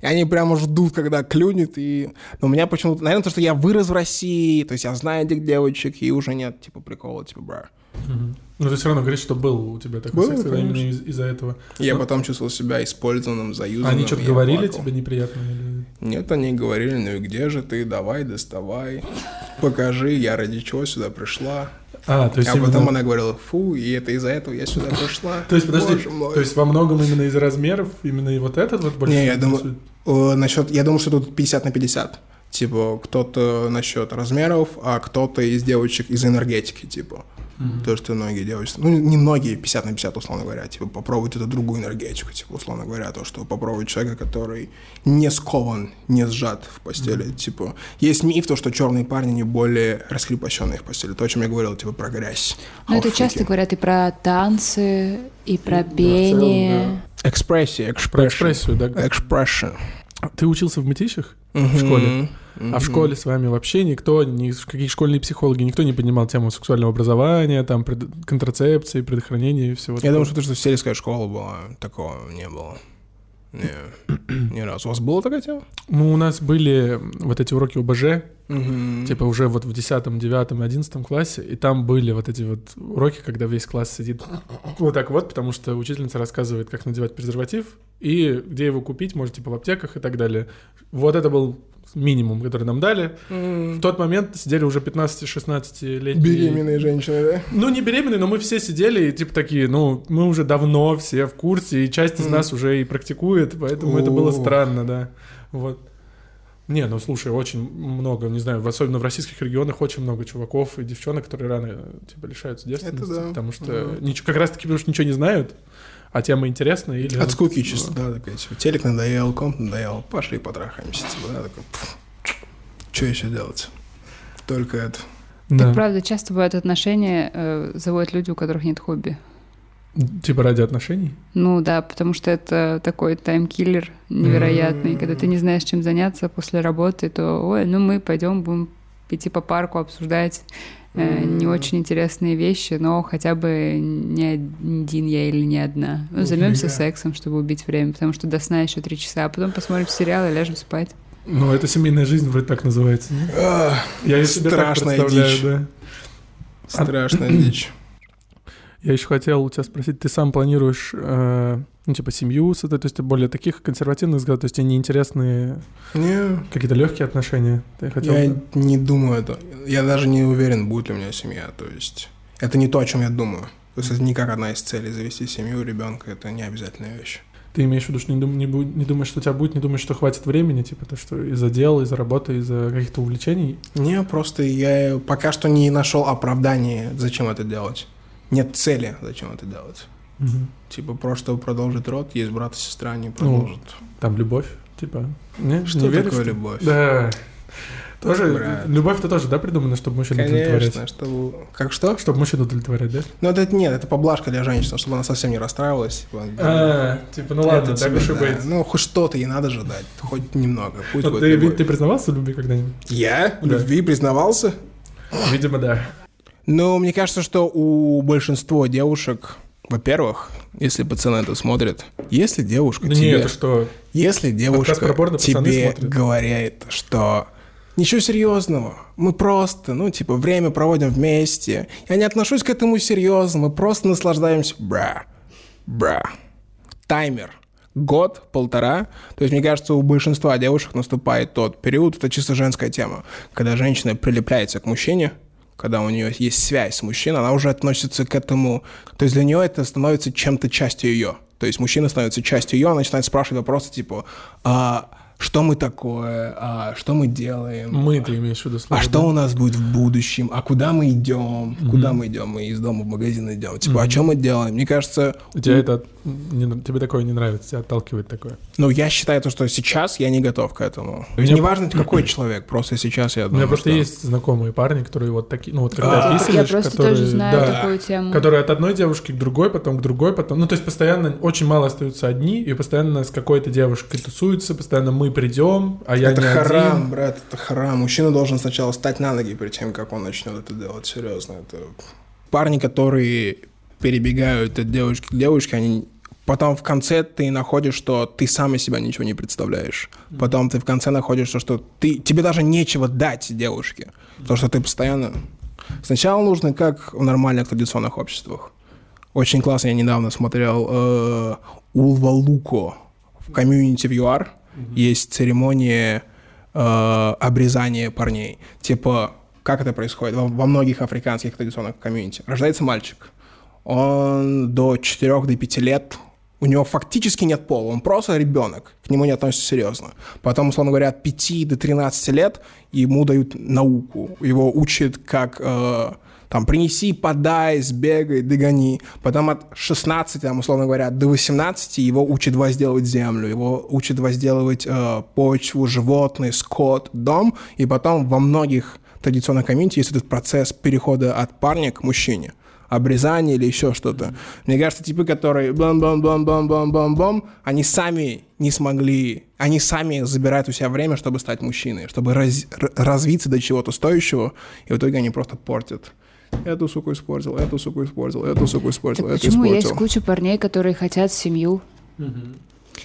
Speaker 1: и они прямо ждут, когда клюнет, и... Но у меня почему-то... Наверное, то, что я вырос в России, то есть я знаю этих девочек, и уже нет, типа, прикола, типа, бра.
Speaker 2: Мгм. Ну, ты все равно говоришь, что был у тебя такой
Speaker 1: Был,
Speaker 2: секс, когда именно
Speaker 1: конечно.
Speaker 2: из- из-за этого.
Speaker 1: Я
Speaker 2: Ну.
Speaker 1: потом чувствовал себя использованным, заюзанным.
Speaker 2: Они что-то
Speaker 1: я
Speaker 2: говорили
Speaker 1: плакал.
Speaker 2: тебе неприятно? или-
Speaker 1: Нет, они говорили, ну и где же ты, давай, доставай, покажи, я ради чего сюда пришла.
Speaker 2: А, то есть
Speaker 1: а потом
Speaker 2: именно-
Speaker 1: она говорила, фу, и это из-за этого я сюда пришла.
Speaker 2: То есть, подожди,
Speaker 1: Боже мой.
Speaker 2: то есть во многом именно из размеров, именно и вот этот вот больше...
Speaker 1: Не, я
Speaker 2: всего
Speaker 1: думаю-
Speaker 2: интересует?
Speaker 1: Э, насчет, я думал, что тут 50 на 50. Типа, кто-то насчет размеров, а кто-то из девочек из энергетики, типа.
Speaker 2: Мгм.
Speaker 1: То, что многие девочки... Ну, не многие, 50 на 50, условно говоря. Типа, попробовать эту другую энергетику, типа, условно говоря. То, что попробовать человека, который не скован, не сжат в постели. Типа, есть миф, то, что черные парни не более раскрепощенные в постели. То, о чем я говорил, типа, про грязь.
Speaker 5: Ну, это
Speaker 1: Ауфики.
Speaker 5: часто говорят и про танцы, и про
Speaker 2: Да, в целом,
Speaker 5: пение.
Speaker 1: Экспрессия, экспрессия.
Speaker 2: Про экспрессию, да?
Speaker 1: Экспрессия.
Speaker 2: Ты учился в мытищах? В школе. А в школе с вами вообще никто, ни, какие школьные психологи, никто не поднимал тему сексуального образования, там, пред- контрацепции, предохранения и всего
Speaker 1: Я
Speaker 2: такого?
Speaker 1: думаю, что то, что сельская школа была, такого не было. Не, ни разу. У вас была такая тема?
Speaker 2: Ну, у нас были вот эти уроки ОБЖ, типа уже вот в 10, 9, 11 классе, и там были вот эти вот уроки, когда весь класс сидит вот так вот, потому что учительница рассказывает, как надевать презерватив, и где его купить, может, типа в аптеках и так далее. Вот это был минимум, который нам дали. В тот момент сидели уже 15-16 летние...
Speaker 1: Беременные женщины, да?
Speaker 2: Ну, не беременные, но мы все сидели и типа такие, ну, мы уже давно все в курсе, и часть из
Speaker 1: Мгм.
Speaker 2: нас уже и практикует, поэтому это было
Speaker 1: О.
Speaker 2: странно, да. Вот. Не, ну слушай, очень много, не знаю, в- особенно в российских регионах очень много чуваков и девчонок, которые рано э, типа лишаются девственности,
Speaker 1: да.
Speaker 2: потому что
Speaker 1: Мгм.
Speaker 2: нич- как раз таки потому что ничего не знают, а тема интересная или
Speaker 1: От скуки чисто, да, такая, типа, телек надоел, комп надоел, пошли потрахаемся, типа, да, такой, что еще делать? Только это.
Speaker 2: Да.
Speaker 5: Так, правда, часто бывают отношения, э, заводят люди, у которых нет хобби.
Speaker 2: типа ради отношений.
Speaker 5: Ну да, потому что это такой таймкиллер невероятный. Когда ты не знаешь, чем заняться после работы, то ой, ну мы пойдем, будем идти по парку, обсуждать э, не очень интересные вещи, но хотя бы не один я или не одна. Ну,
Speaker 2: Ух,
Speaker 5: займемся
Speaker 2: нифига.
Speaker 5: сексом, чтобы убить время, потому что до сна еще три часа, а потом посмотрим сериал и ляжем спать.
Speaker 2: Ну, это семейная жизнь вроде так называется. не?
Speaker 1: Ах,
Speaker 2: Я её себе так
Speaker 1: Страшная
Speaker 2: представляю,
Speaker 1: дичь.
Speaker 2: да.
Speaker 1: Страшная дичь.
Speaker 2: Я еще хотел у тебя спросить, ты сам планируешь, э, ну, типа, семью с этой, то есть ты более таких консервативных взглядов, то есть тебе неинтересны
Speaker 1: Не,
Speaker 2: какие-то легкие отношения? Ты хотел...
Speaker 1: я
Speaker 2: бы-
Speaker 1: не думаю это. Я даже не уверен, будет ли у меня семья, то есть, это не то, о чем я думаю. То есть это не как одна из целей завести семью, ребенка, это не обязательная вещь.
Speaker 2: Ты имеешь в виду, что не, дум- не бу- не думаешь, что у тебя будет, не думаешь, что хватит времени, типа, то, что из-за дел, из-за работы, из-за каких-то увлечений?
Speaker 1: Не, просто я пока что не нашел оправдания, зачем это делать. Нет цели, зачем это делать. Типа просто продолжить род, есть брат и сестра, они продолжат.
Speaker 2: Там любовь, типа... Не?
Speaker 1: что
Speaker 2: Ну, Не веришь,
Speaker 1: такое
Speaker 2: что-
Speaker 1: любовь?
Speaker 2: Да. Тоже...
Speaker 1: Брат.
Speaker 2: Любовь-то тоже, да, придумана, чтобы мужчин удовлетворять?
Speaker 1: Конечно, чтобы... Как что?
Speaker 2: Чтобы мужчин удовлетворять, да?
Speaker 1: Ну, это нет, это поблажка для женщины, чтобы она совсем не расстраивалась. типа, да.
Speaker 2: А, типа, ну
Speaker 1: Это
Speaker 2: ладно, так
Speaker 1: тебе,
Speaker 2: уж и
Speaker 1: да.
Speaker 2: быть.
Speaker 1: Ну, хоть что-то ей надо же дать, хоть немного. Пусть
Speaker 2: Вот
Speaker 1: будет
Speaker 2: ты,
Speaker 1: любовь.
Speaker 2: ты признавался в любви когда-нибудь?
Speaker 1: Я? В
Speaker 2: Да.
Speaker 1: любви признавался?
Speaker 2: Видимо, да.
Speaker 1: Ну, мне кажется, что у большинства девушек, во-первых, если пацаны это смотрят, если девушка
Speaker 2: Да
Speaker 1: тебе...
Speaker 2: не, это что?
Speaker 1: Если девушка
Speaker 2: про порно пацаны
Speaker 1: тебе
Speaker 2: смотрят.
Speaker 1: говорит, что ничего серьезного, мы просто, ну, типа, время проводим вместе, я не отношусь к этому серьезно, мы просто наслаждаемся, бра, бра. Таймер. Год, полтора. То есть, мне кажется, у большинства девушек наступает тот период, это чисто женская тема, когда женщина прилепляется к мужчине, когда у нее есть связь с мужчиной, она уже относится к этому. То есть для нее это становится чем-то частью ее. То есть мужчина становится частью ее, она начинает спрашивать вопросы типа, «А что мы такое, А что мы делаем,
Speaker 2: Мы, ты имеешь в виду слово.
Speaker 1: а
Speaker 2: да?
Speaker 1: что у нас будет в будущем? А куда мы идем? Куда мы идем? Мы из дома в магазин идем. Типа, о чем мы делаем? Мне кажется,
Speaker 2: У тебя это... от- не на- тебе такое не нравится, тебя отталкивает такое.
Speaker 1: ну, я считаю то, что сейчас я не готов к этому. Неважно, какой человек, просто сейчас я
Speaker 2: У меня
Speaker 1: думаю,
Speaker 2: просто
Speaker 1: Ну, что- А.
Speaker 2: есть знакомые парни, которые вот такие... Ну, вот как ты описываешь,
Speaker 5: Я просто
Speaker 2: которые...
Speaker 5: тоже знаю
Speaker 2: да,
Speaker 5: такую тему.
Speaker 2: которые от одной девушки к другой, потом к другой, потом... Ну, то есть постоянно очень мало остаются одни, и постоянно с какой-то девушкой тусуются, постоянно мы придем, а я
Speaker 1: это
Speaker 2: не
Speaker 1: харам,
Speaker 2: один.
Speaker 1: брат, это харам. Мужчина должен сначала встать на ноги перед тем, как он начнет это делать. Серьезно, это парни, которые перебегают от девушки к девушке, они потом в конце ты находишь, что ты сам из себя ничего не представляешь. Потом ты в конце находишь, что, что ты тебе даже нечего дать девушке, потому что ты постоянно Сначала нужно, как в нормальных традиционных обществах. Очень классно, я недавно смотрел э, Улвалуко в комьюнити в ЮАР. Есть церемония э, обрезания парней. Типа, как это происходит? Во, во многих африканских традиционных комьюнити. Рождается мальчик. Он до 4-5 лет у него фактически нет пола, он просто ребенок, к нему не относятся серьезно. Потом, условно говоря, от 5 до 13 лет ему дают науку, его учат как э, там принеси, подай, сбегай, догони. Потом от 16, там, условно говоря, до 18 его учат возделывать землю, его учат возделывать э, почву, животные, скот, дом. И потом во многих традиционных комьюнити есть этот процесс перехода от парня к мужчине обрезание или еще что-то. Мне кажется, типы, которые бам бам бам бам бам бам бам они сами не смогли, они сами забирают у себя время, чтобы стать мужчиной, чтобы раз- р- развиться до чего-то стоящего, и в итоге они просто портят. Эту суку испортил, эту суку испортил, эту суку испортил,
Speaker 5: Так
Speaker 1: эту
Speaker 5: почему
Speaker 1: испортил.
Speaker 5: есть куча парней, которые хотят семью?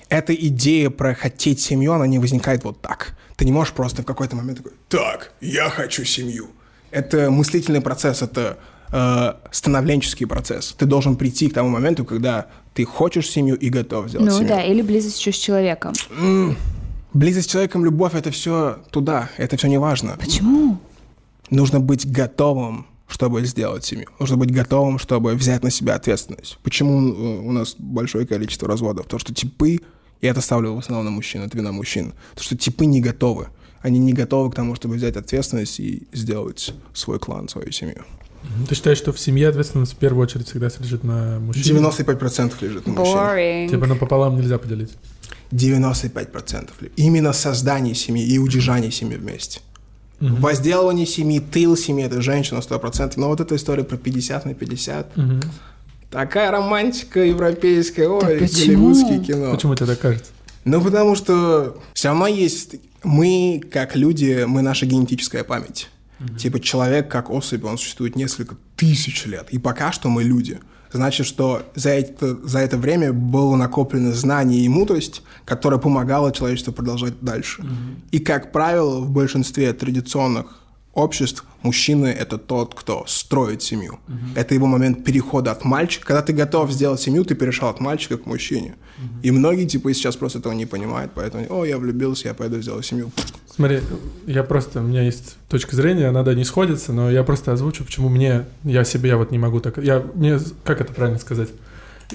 Speaker 1: Эта идея про хотеть семью, она не возникает вот так. Ты не можешь просто в какой-то момент такой, так, я хочу семью. Это мыслительный процесс, это э, становленческий процесс. Ты должен прийти к тому моменту, когда ты хочешь семью и готов сделать
Speaker 5: ну
Speaker 1: семью.
Speaker 5: да, или близость еще с человеком.
Speaker 1: Близость с человеком, любовь, это все туда, это все не важно.
Speaker 5: Почему?
Speaker 1: Нужно быть готовым, чтобы сделать семью. Нужно быть готовым, чтобы взять на себя ответственность. Почему э, у нас большое количество разводов? Потому что типы, я это ставлю в основном на мужчин, это вина мужчин, потому что типы не готовы. Они не готовы к тому, чтобы взять ответственность и сделать свой клан, свою семью.
Speaker 2: Ну, Ты считаешь, что в семье ответственность в первую очередь всегда лежит на мужчине?
Speaker 1: 95% лежит на мужчине.
Speaker 2: Типа
Speaker 5: Boring.
Speaker 2: напополам нельзя поделить.
Speaker 1: 95% ли- именно создание семьи и удержание семьи вместе. Возделывание семьи, тыл семьи, это женщина 100%. Но вот эта история про 50 на 50. Такая романтика европейская, ой,
Speaker 5: почему?
Speaker 1: голливудские кино.
Speaker 2: Почему тебе так кажется?
Speaker 1: Ну, потому что все равно есть... Мы, как люди, мы наша генетическая память. Типа человек как особь, он существует несколько тысяч лет. И пока что мы люди. Значит, что за это, за это время было накоплено знание и мудрость, которая помогала человечеству продолжать дальше. И, как правило, в большинстве традиционных обществ мужчина — это тот, кто строит семью. Это его момент перехода от мальчика. Когда ты готов сделать семью, ты перешел от мальчика к мужчине. И многие, типа, сейчас просто этого не понимают, поэтому, о, я влюбился, я пойду сделаю семью.
Speaker 2: Смотри, я просто, у меня есть точка зрения, она, да, не сходится, но я просто озвучу, почему мне, я себе, я вот не могу так, я, мне, как это правильно сказать?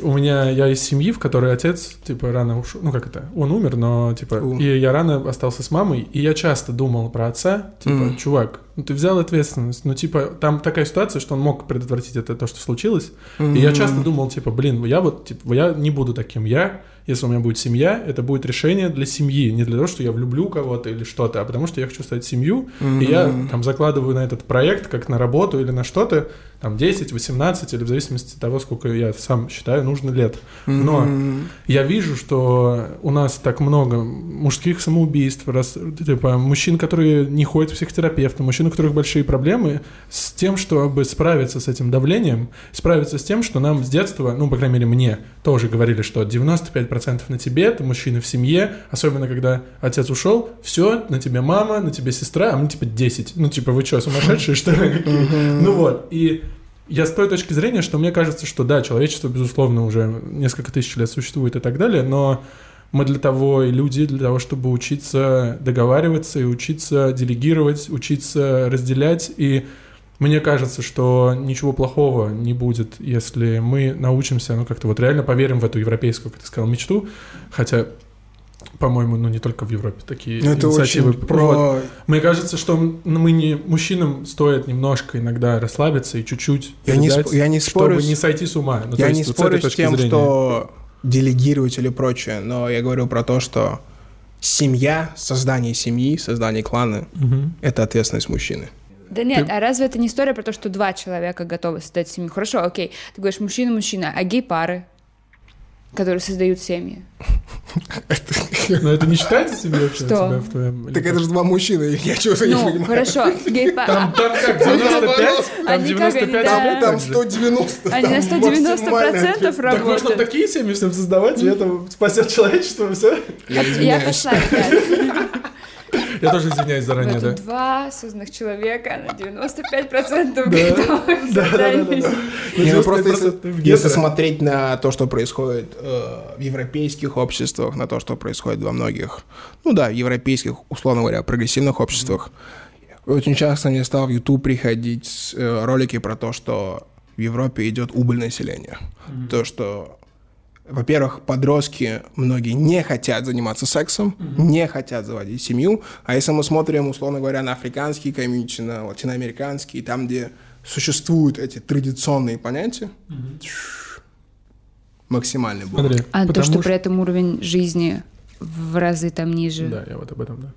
Speaker 2: У меня, я из семьи, в которой отец, типа, рано ушел, ну, как это, он умер, но, типа,
Speaker 1: У.
Speaker 2: и я рано остался с мамой, и я часто думал про отца, типа,
Speaker 1: Мгм.
Speaker 2: чувак, ну, ты взял ответственность, ну, типа, там такая ситуация, что он мог предотвратить это, то, что случилось, и я часто думал, типа, блин, я вот, типа, я не буду таким. Я, если у меня будет семья, это будет решение для семьи, не для того, что я влюблю кого-то или что-то, а потому что я хочу стать семью, и я там закладываю на этот проект, как на работу или на что-то, там, 10, 18, или в зависимости от того, сколько я сам считаю, нужно лет. Но я вижу, что у нас так много мужских самоубийств, раз, типа, мужчин, которые не ходят к психотерапевту, мужчин, у которых большие проблемы с тем, чтобы справиться с этим давлением, справиться с тем, что нам с детства, ну, по крайней мере, мне тоже говорили, что 95% на тебе, ты мужчина в семье, особенно когда отец ушел, все, на тебе мама, на тебе сестра, а мне типа 10. Ну, типа, вы что, сумасшедшие, что ли? какие? Ну вот, и я с той точки зрения, что мне кажется, что да, человечество, безусловно, уже несколько тысяч лет существует и так далее, но мы для того и люди, для того, чтобы учиться договариваться и учиться делегировать, учиться разделять. И мне кажется, что ничего плохого не будет, если мы научимся, ну как-то вот реально поверим в эту европейскую, как ты сказал, мечту. Хотя, по-моему, ну не только в Европе такие
Speaker 1: Ну, это
Speaker 2: инициативы.
Speaker 1: очень
Speaker 2: Вот.
Speaker 1: про...
Speaker 2: Мне кажется, что м- ну, мы не мужчинам стоит немножко иногда расслабиться и чуть-чуть.
Speaker 1: Я не
Speaker 2: передать,
Speaker 1: сп- я не
Speaker 2: чтобы
Speaker 1: спорю с-
Speaker 2: не сойти с ума. Ну, то
Speaker 1: я
Speaker 2: есть
Speaker 1: не
Speaker 2: вот с
Speaker 1: спорю
Speaker 2: этой
Speaker 1: с,
Speaker 2: точки
Speaker 1: тем,
Speaker 2: зрения.
Speaker 1: что делегировать или прочее, но я говорю про то, что семья, создание семьи, создание клана
Speaker 2: Мгм.
Speaker 1: — это ответственность мужчины.
Speaker 5: Да нет, а разве это не история про то, что два человека готовы создать семью? Хорошо, окей, ты говоришь мужчина-мужчина, а гей-пары, которые создают семьи?
Speaker 2: Но это не считается семьей вообще у
Speaker 5: Что?
Speaker 2: тебя в твоем...
Speaker 1: Так это же два мужчины, я чего-то не
Speaker 5: Ну,
Speaker 1: понимаю.
Speaker 5: хорошо,
Speaker 2: Там,
Speaker 5: гей-пары...
Speaker 2: там как, 95? Там
Speaker 5: Они как, А они,
Speaker 2: 95?
Speaker 5: да.
Speaker 2: лет
Speaker 1: Там
Speaker 2: так же.
Speaker 1: 190.
Speaker 5: Они на 190%
Speaker 2: Так можно
Speaker 5: работают.
Speaker 2: такие семьи всем создавать, и это спасет человечество, все.
Speaker 5: Я пошла, ребят.
Speaker 2: Я тоже извиняюсь заранее,
Speaker 3: этом
Speaker 2: да.
Speaker 3: два осознанных человека на 95% готовых заданий.
Speaker 1: Не, ну просто если,
Speaker 6: 90% в
Speaker 1: если
Speaker 6: гетеро.
Speaker 1: смотреть на то, что происходит э, в европейских обществах, на то, что происходит во многих, ну да, в европейских, условно говоря, прогрессивных обществах, очень часто мне стал в YouTube приходить э, ролики про то, что в Европе идет убыль населения. То, что, во-первых, подростки многие не хотят заниматься сексом, не хотят заводить семью. А если мы смотрим, условно говоря, на африканские комьюнити, на латиноамериканские, там, где существуют эти традиционные понятия, максимальный бум.
Speaker 2: Смотри,
Speaker 5: А то,
Speaker 2: потому
Speaker 5: что при этом уровень жизни в разы там ниже.
Speaker 2: Да, я вот об этом, да.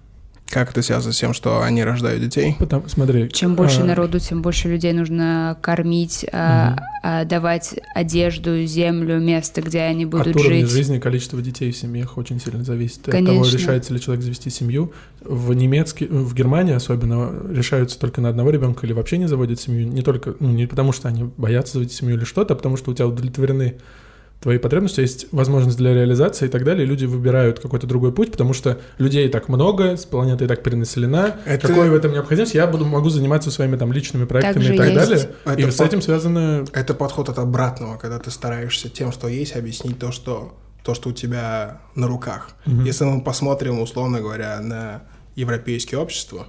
Speaker 1: Как это связано с тем, что они рождают детей?
Speaker 2: Потом- смотри.
Speaker 5: Чем больше
Speaker 2: а,
Speaker 5: народу, тем больше людей нужно кормить, а, а, давать одежду, землю, место, где они
Speaker 2: От
Speaker 5: будут
Speaker 2: уровня
Speaker 5: жить.
Speaker 2: жизни количество детей в семьях очень сильно зависит от того,
Speaker 5: Конечно.
Speaker 2: решается ли человек завести семью. В немецке, в Германии особенно решаются только на одного ребенка или вообще не заводят семью. Не только, ну, не потому что они боятся заводить семью или что-то, а потому что у тебя удовлетворены твои потребности, есть возможность для реализации и так далее. Люди выбирают какой-то другой путь, потому что людей так много, с планеты и так перенаселена.
Speaker 1: Это-
Speaker 2: Какой в этом необходимость? Я буду, могу заниматься своими там личными проектами
Speaker 5: же
Speaker 2: и так
Speaker 5: есть.
Speaker 2: далее. и
Speaker 1: Это
Speaker 2: с
Speaker 1: по-
Speaker 2: этим связаны
Speaker 1: Это подход от обратного, когда ты стараешься тем, что есть, объяснить то, что, то, что у тебя на руках. Если мы посмотрим, условно говоря, на европейские общества,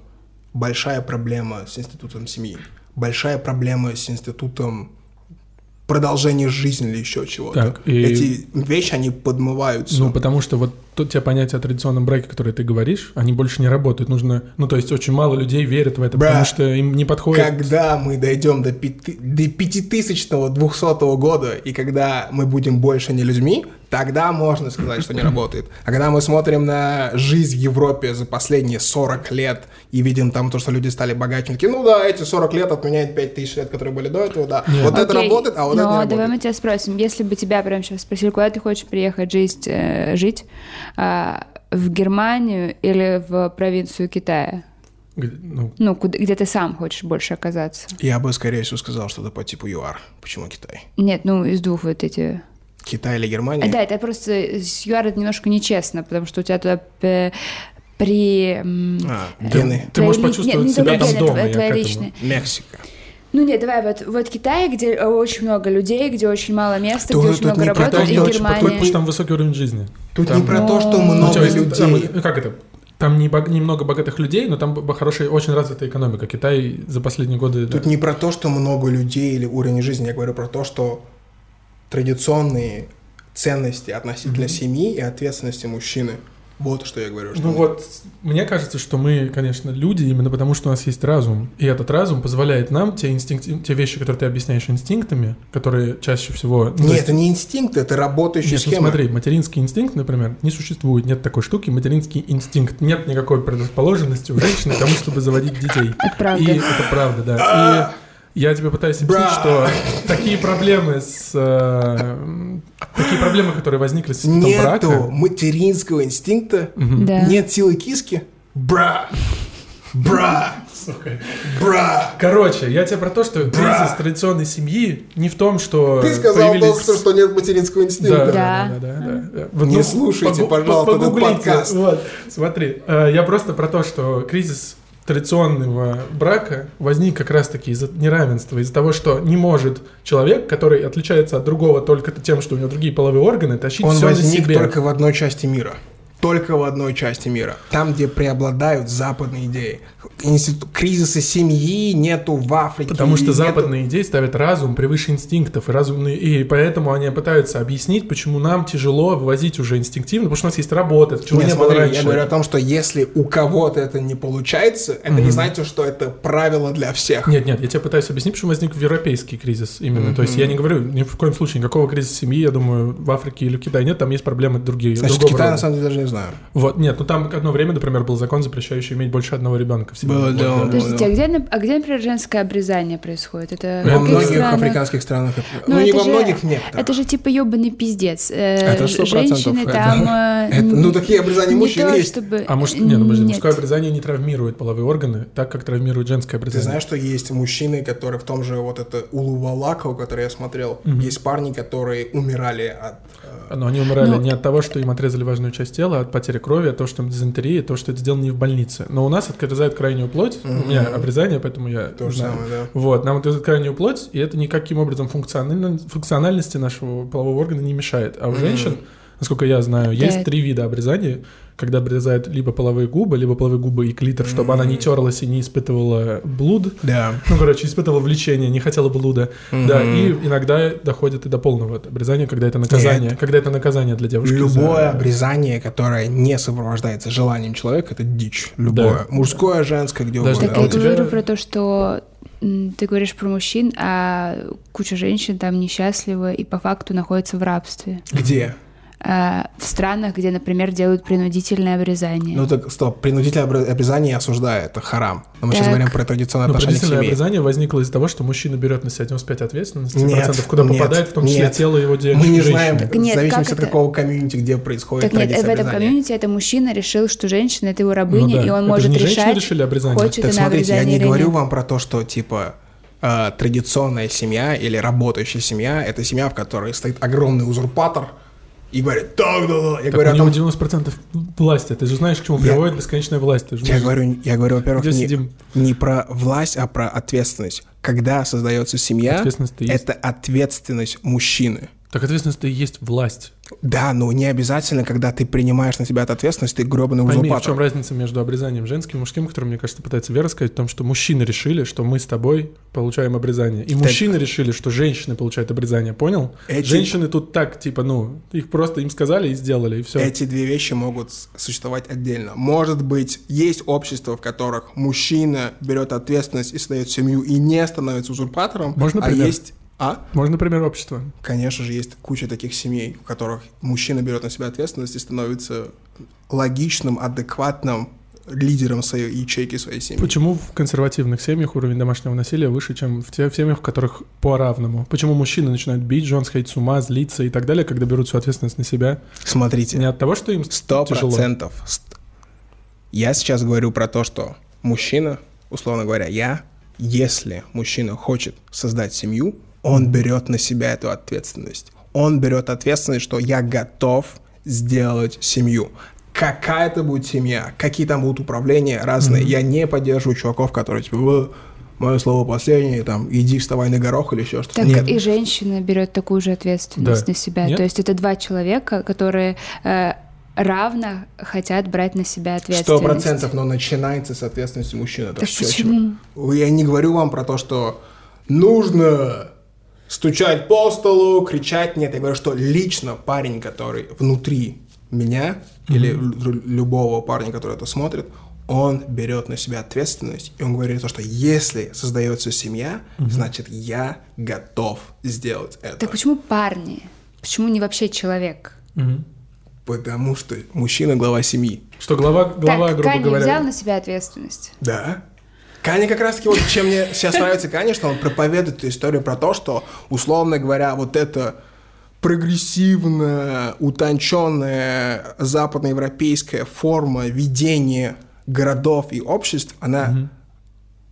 Speaker 1: большая проблема с институтом семьи, большая проблема с институтом продолжения жизни или еще чего-то.
Speaker 2: Так, и-
Speaker 1: Эти вещи, они подмываются.
Speaker 2: Ну, потому что вот то, те понятия о традиционном браке, которые ты говоришь, они больше не работают. Нужно, ну, то есть очень мало людей верят в это,
Speaker 1: Бра,
Speaker 2: потому что им не подходит.
Speaker 1: Когда мы дойдем до, пяти, до 5000-го, 200 года, и когда мы будем больше не людьми, тогда можно сказать, что не работает. А когда мы смотрим на жизнь в Европе за последние 40 лет и видим там то, что люди стали богаче, мы такие, ну да, эти 40 лет отменяют 5000 лет, которые были до этого, да. Вот это
Speaker 5: Окей,
Speaker 1: работает, а вот
Speaker 5: но
Speaker 1: это не
Speaker 5: давай
Speaker 1: работает.
Speaker 5: мы тебя спросим, если бы тебя прямо сейчас спросили, куда ты хочешь приехать жить, э, жить а, в Германию или в провинцию Китая?
Speaker 2: Г- Ну,
Speaker 5: Ну, куда, где ты сам хочешь больше оказаться?
Speaker 1: Я бы, скорее всего, сказал что-то по типу ЮАР. Почему Китай?
Speaker 5: Нет, ну, из двух вот эти...
Speaker 1: Китай или Германия?
Speaker 5: Да, это просто э, с ЮАР это немножко нечестно, потому что у тебя туда э, при... м,
Speaker 1: А,
Speaker 2: ты,
Speaker 1: гены.
Speaker 2: ты можешь
Speaker 5: твои ли-
Speaker 2: почувствовать
Speaker 5: нет, не
Speaker 2: себя
Speaker 5: только
Speaker 2: там
Speaker 5: гены,
Speaker 2: дома.
Speaker 5: тво-
Speaker 2: я
Speaker 5: твои
Speaker 2: к этому.
Speaker 1: Э,
Speaker 5: личные.
Speaker 1: Мексика.
Speaker 5: Ну нет, давай вот, вот Китай, где э, очень много людей, где очень мало места,
Speaker 1: Тоже
Speaker 5: где очень
Speaker 1: тут
Speaker 5: много
Speaker 1: не про
Speaker 5: работы,
Speaker 1: то,
Speaker 5: и
Speaker 1: что очень
Speaker 2: Только потому
Speaker 5: Германия.
Speaker 2: что там высокий уровень жизни.
Speaker 1: Тут
Speaker 2: Там-
Speaker 1: не про то, что много
Speaker 2: Ну, то есть там,
Speaker 1: людей.
Speaker 2: ну, как это? Там не бог- немного богатых людей, но там б- хорошая, очень развитая экономика. Китай за последние годы... да.
Speaker 1: Тут не про то, что много людей или уровень жизни, я говорю про то, что традиционные ценности относительно семьи и ответственности мужчины. Вот что я говорю. Что
Speaker 2: Ну
Speaker 1: мы-
Speaker 2: вот, мне кажется, что мы, конечно, люди, именно потому что у нас есть разум. И этот разум позволяет нам те, инстинкт, те вещи, которые ты объясняешь инстинктами, которые чаще всего... ну, то
Speaker 1: Нет,
Speaker 2: есть-
Speaker 1: это не инстинкт, это работающая
Speaker 2: Нет, ну
Speaker 1: схема.
Speaker 2: смотри, материнский инстинкт, например, не существует, нет такой штуки, материнский инстинкт, нет никакой предрасположенности у женщины к тому, чтобы заводить детей.
Speaker 5: Это правда.
Speaker 2: И это правда, да. И я тебе пытаюсь объяснить, что такие проблемы с... э, такие проблемы, которые возникли с институтом
Speaker 1: Нету
Speaker 2: брака...
Speaker 1: материнского инстинкта,
Speaker 5: Да.
Speaker 1: нет силы киски. Бра! Бра!
Speaker 2: Сука.
Speaker 1: Бра!
Speaker 2: Короче, я тебе про то, что кризис традиционной семьи не в том, что
Speaker 1: Ты сказал
Speaker 2: появились-
Speaker 1: только что, что нет материнского
Speaker 2: Да,
Speaker 1: инстинкта.
Speaker 2: да,
Speaker 5: Да.
Speaker 2: да, да, да, да. Вот, ну,
Speaker 1: Не слушайте,
Speaker 2: погу-
Speaker 1: пожалуйста, этот
Speaker 2: погуглите.
Speaker 1: подкаст.
Speaker 2: Вот, смотри, э, я просто про то, что кризис традиционного брака возник как раз-таки из-за неравенства, из-за того, что не может человек, который отличается от другого только тем, что у него другие половые органы, тащить
Speaker 1: Он
Speaker 2: все на
Speaker 1: возник
Speaker 2: себе.
Speaker 1: только в одной части мира. Только в одной части мира. Там, где преобладают западные идеи. Институ- Кризиса семьи нету в Африке.
Speaker 2: Потому что
Speaker 1: нету-
Speaker 2: западные идеи ставят разум превыше инстинктов, и разумные, и поэтому они пытаются объяснить, почему нам тяжело вывозить уже инстинктивно, потому что у нас есть работа, чего
Speaker 1: Нет,
Speaker 2: не
Speaker 1: смотри,
Speaker 2: было
Speaker 1: я
Speaker 2: раньше.
Speaker 1: говорю о том, что если у кого-то это не получается, это не значит, что это правило для всех.
Speaker 2: Нет, нет, я тебе пытаюсь объяснить, почему возник европейский кризис именно. То есть я не говорю ни в коем случае никакого кризиса семьи, я думаю, в Африке или в Китае нет, там есть проблемы другие.
Speaker 1: Значит,
Speaker 2: другого
Speaker 1: Китай,
Speaker 2: рода.
Speaker 1: на самом деле, даже не знаю.
Speaker 2: Вот, нет, ну там одно время, например, был закон, запрещающий иметь больше одного ребенка в семье.
Speaker 1: Было
Speaker 2: Вот,
Speaker 1: дело,
Speaker 2: да.
Speaker 1: было.
Speaker 5: Подождите, а где, нап- а где, например, женское обрезание происходит? Это
Speaker 1: Во
Speaker 5: в каких
Speaker 1: многих
Speaker 5: странах?
Speaker 1: африканских странах... это-
Speaker 5: Ну,
Speaker 1: Ну, не
Speaker 5: это
Speaker 1: во
Speaker 5: же-
Speaker 1: многих нет.
Speaker 5: Это же типа ёбаный пиздец. Э,
Speaker 1: Это
Speaker 5: ж-
Speaker 1: 100%
Speaker 5: Женщины
Speaker 1: это-
Speaker 5: там... э,
Speaker 1: это- ну, такие обрезания
Speaker 5: не
Speaker 1: мужчин
Speaker 5: то,
Speaker 1: есть.
Speaker 5: чтобы-
Speaker 2: А может,
Speaker 1: ну,
Speaker 2: нет, подожди,
Speaker 5: Нет.
Speaker 2: мужское обрезание не травмирует половые органы, так как травмирует женское
Speaker 1: Ты
Speaker 2: обрезание.
Speaker 1: знаешь, что есть мужчины, которые в том же вот это Улувалаково, который я смотрел, есть парни, которые умирали от... э,
Speaker 2: Но они умирали
Speaker 5: Ну,
Speaker 2: не от того, что им отрезали важную часть тела, а умирала от потери крови, от того, что там дизентерия, то, что это сделано не в больнице. Но у нас отрезают крайнюю плоть, у меня
Speaker 1: Мгм.
Speaker 2: обрезание, поэтому я
Speaker 1: То же
Speaker 2: знаю.
Speaker 1: самое, да.
Speaker 2: Вот, нам отрезают крайнюю плоть, и это никаким образом функционально- функциональности нашего полового органа не мешает. А у
Speaker 1: Мгм.
Speaker 2: женщин, насколько я знаю, есть
Speaker 3: Да.
Speaker 2: три вида обрезания, когда обрезают либо половые губы, либо половые губы и клитор, чтобы она не терлась и не испытывала блуд.
Speaker 1: Да.
Speaker 2: Ну, короче, испытывала влечение, не хотела блуда. Да, и иногда доходит и до полного обрезания, когда это наказание.
Speaker 1: Нет.
Speaker 2: Когда это наказание для девушки.
Speaker 1: Любое
Speaker 2: за-
Speaker 1: обрезание, которое не сопровождается желанием человека, это дичь. Любое.
Speaker 2: Да.
Speaker 1: Мужское, женское, где
Speaker 2: Подожди,
Speaker 1: угодно.
Speaker 2: а
Speaker 1: А
Speaker 2: у
Speaker 1: вот
Speaker 5: я
Speaker 1: это-
Speaker 2: тебя-
Speaker 5: говорю про то, что м, ты говоришь про мужчин, а куча женщин там несчастлива и по факту находятся в рабстве.
Speaker 1: Где?
Speaker 5: А, в странах, где, например, делают принудительное обрезание.
Speaker 1: Ну так, стоп, принудительное обре- обрезание я осуждаю, это харам. Но мы сейчас
Speaker 5: Так.
Speaker 1: говорим про традиционное
Speaker 2: Ну,
Speaker 1: отношение к
Speaker 2: принудительное
Speaker 1: семье.
Speaker 2: обрезание возникло из-за того, что мужчина берет на себя 95 ответственности,
Speaker 1: Нет,
Speaker 2: процентов, куда
Speaker 1: нет,
Speaker 2: попадает, в том числе
Speaker 1: нет.
Speaker 2: тело его де-
Speaker 1: Мы не
Speaker 2: женщины.
Speaker 1: знаем, в
Speaker 5: Нет,
Speaker 1: зависимости
Speaker 5: как
Speaker 1: от
Speaker 5: это?
Speaker 1: какого комьюнити, где происходит
Speaker 5: так нет,
Speaker 1: традиция
Speaker 5: в этом
Speaker 1: обрезания.
Speaker 5: комьюнити это мужчина решил, что женщина это его
Speaker 2: Ну
Speaker 5: рабыня,
Speaker 2: да,
Speaker 5: и
Speaker 2: это
Speaker 5: он
Speaker 2: же
Speaker 5: может
Speaker 2: не женщины
Speaker 5: решать,
Speaker 2: решили обрезание.
Speaker 5: хочет
Speaker 1: Так
Speaker 5: она
Speaker 1: смотрите, я
Speaker 5: обрезание
Speaker 1: не
Speaker 5: или
Speaker 1: говорю
Speaker 5: нет.
Speaker 1: вам про то, что типа э, традиционная семья или работающая семья это семья, в которой стоит огромный узурпатор и говорит, так, да, да. Я
Speaker 2: Так
Speaker 1: говорю
Speaker 2: у
Speaker 1: о
Speaker 2: него
Speaker 1: том,
Speaker 2: 90% власти. Ты же знаешь, к чему приводит бесконечная власть. Ты же
Speaker 1: Я
Speaker 2: знаешь.
Speaker 1: говорю, я говорю, во-первых,
Speaker 2: Где
Speaker 1: не,
Speaker 2: сидим?
Speaker 1: не про власть, а про ответственность. Когда создается семья,
Speaker 2: Ответственность-то есть.
Speaker 1: это ответственность мужчины.
Speaker 2: Так ответственность-то и есть власть.
Speaker 1: Да, но не обязательно, когда ты принимаешь на себя эту ответственность, ты гробный
Speaker 2: Пойми,
Speaker 1: узурпатор.
Speaker 2: в чем разница между обрезанием женским и мужским, который, мне кажется, пытается Вера сказать, в том, что мужчины решили, что мы с тобой получаем обрезание. И мужчины решили, что женщины получают обрезание, понял?
Speaker 1: Эти-
Speaker 2: Женщины тут так, типа, ну, их просто им сказали и сделали, и все.
Speaker 1: Эти две вещи могут с- существовать отдельно. Может быть, есть общества, в которых мужчина берет ответственность и создает семью и не становится узурпатором.
Speaker 2: Можно
Speaker 1: а
Speaker 2: пример?
Speaker 1: есть. А?
Speaker 2: Можно пример общества.
Speaker 1: Конечно же, есть куча таких семей, в которых мужчина берет на себя ответственность и становится логичным, адекватным лидером своей ячейки своей семьи.
Speaker 2: Почему в консервативных семьях уровень домашнего насилия выше, чем в тех семьях, в которых по-равному? Почему мужчины начинают бить жен, сходить с ума, злиться и так далее, когда берут всю ответственность на себя?
Speaker 1: Смотрите,
Speaker 2: Не от того, что им
Speaker 1: сто
Speaker 2: тяжело.
Speaker 1: процентов. ст- Я сейчас говорю про то, что мужчина, условно говоря, я, если мужчина хочет создать семью, он берет на себя эту ответственность. Он берет ответственность, что я готов сделать семью. Какая это будет семья, какие там будут управления разные. Я не поддерживаю чуваков, которые типа, «Вы, мое слово последнее, там, иди вставай на горох или еще что-то.
Speaker 5: Так
Speaker 1: Нет.
Speaker 5: и женщина берет такую же ответственность
Speaker 2: Да.
Speaker 5: на себя.
Speaker 2: Нет?
Speaker 5: То есть это два человека, которые э, равно хотят брать на себя ответственность.
Speaker 1: Сто процентов, но начинается с ответственности мужчины. Это
Speaker 5: Так
Speaker 1: всё,
Speaker 5: почему?
Speaker 1: чувак. Я не говорю вам про то, что нужно стучать по столу, кричать. Нет, я говорю, что лично парень, который внутри меня или лю- любого парня, который это смотрит, он берет на себя ответственность, и он говорит то, что если создается семья, значит, я готов сделать это.
Speaker 5: Так почему парни? Почему не вообще человек?
Speaker 2: Мгм.
Speaker 1: Потому что мужчина — глава семьи.
Speaker 2: Что глава, глава
Speaker 5: так,
Speaker 2: грубо
Speaker 5: Канье
Speaker 2: говоря...
Speaker 5: взял на себя ответственность.
Speaker 1: Да. Каня как раз таки, вот чем мне сейчас нравится Каня, что он проповедует эту историю про то, что, условно говоря, вот это прогрессивная, утонченная западноевропейская форма ведения городов и обществ, она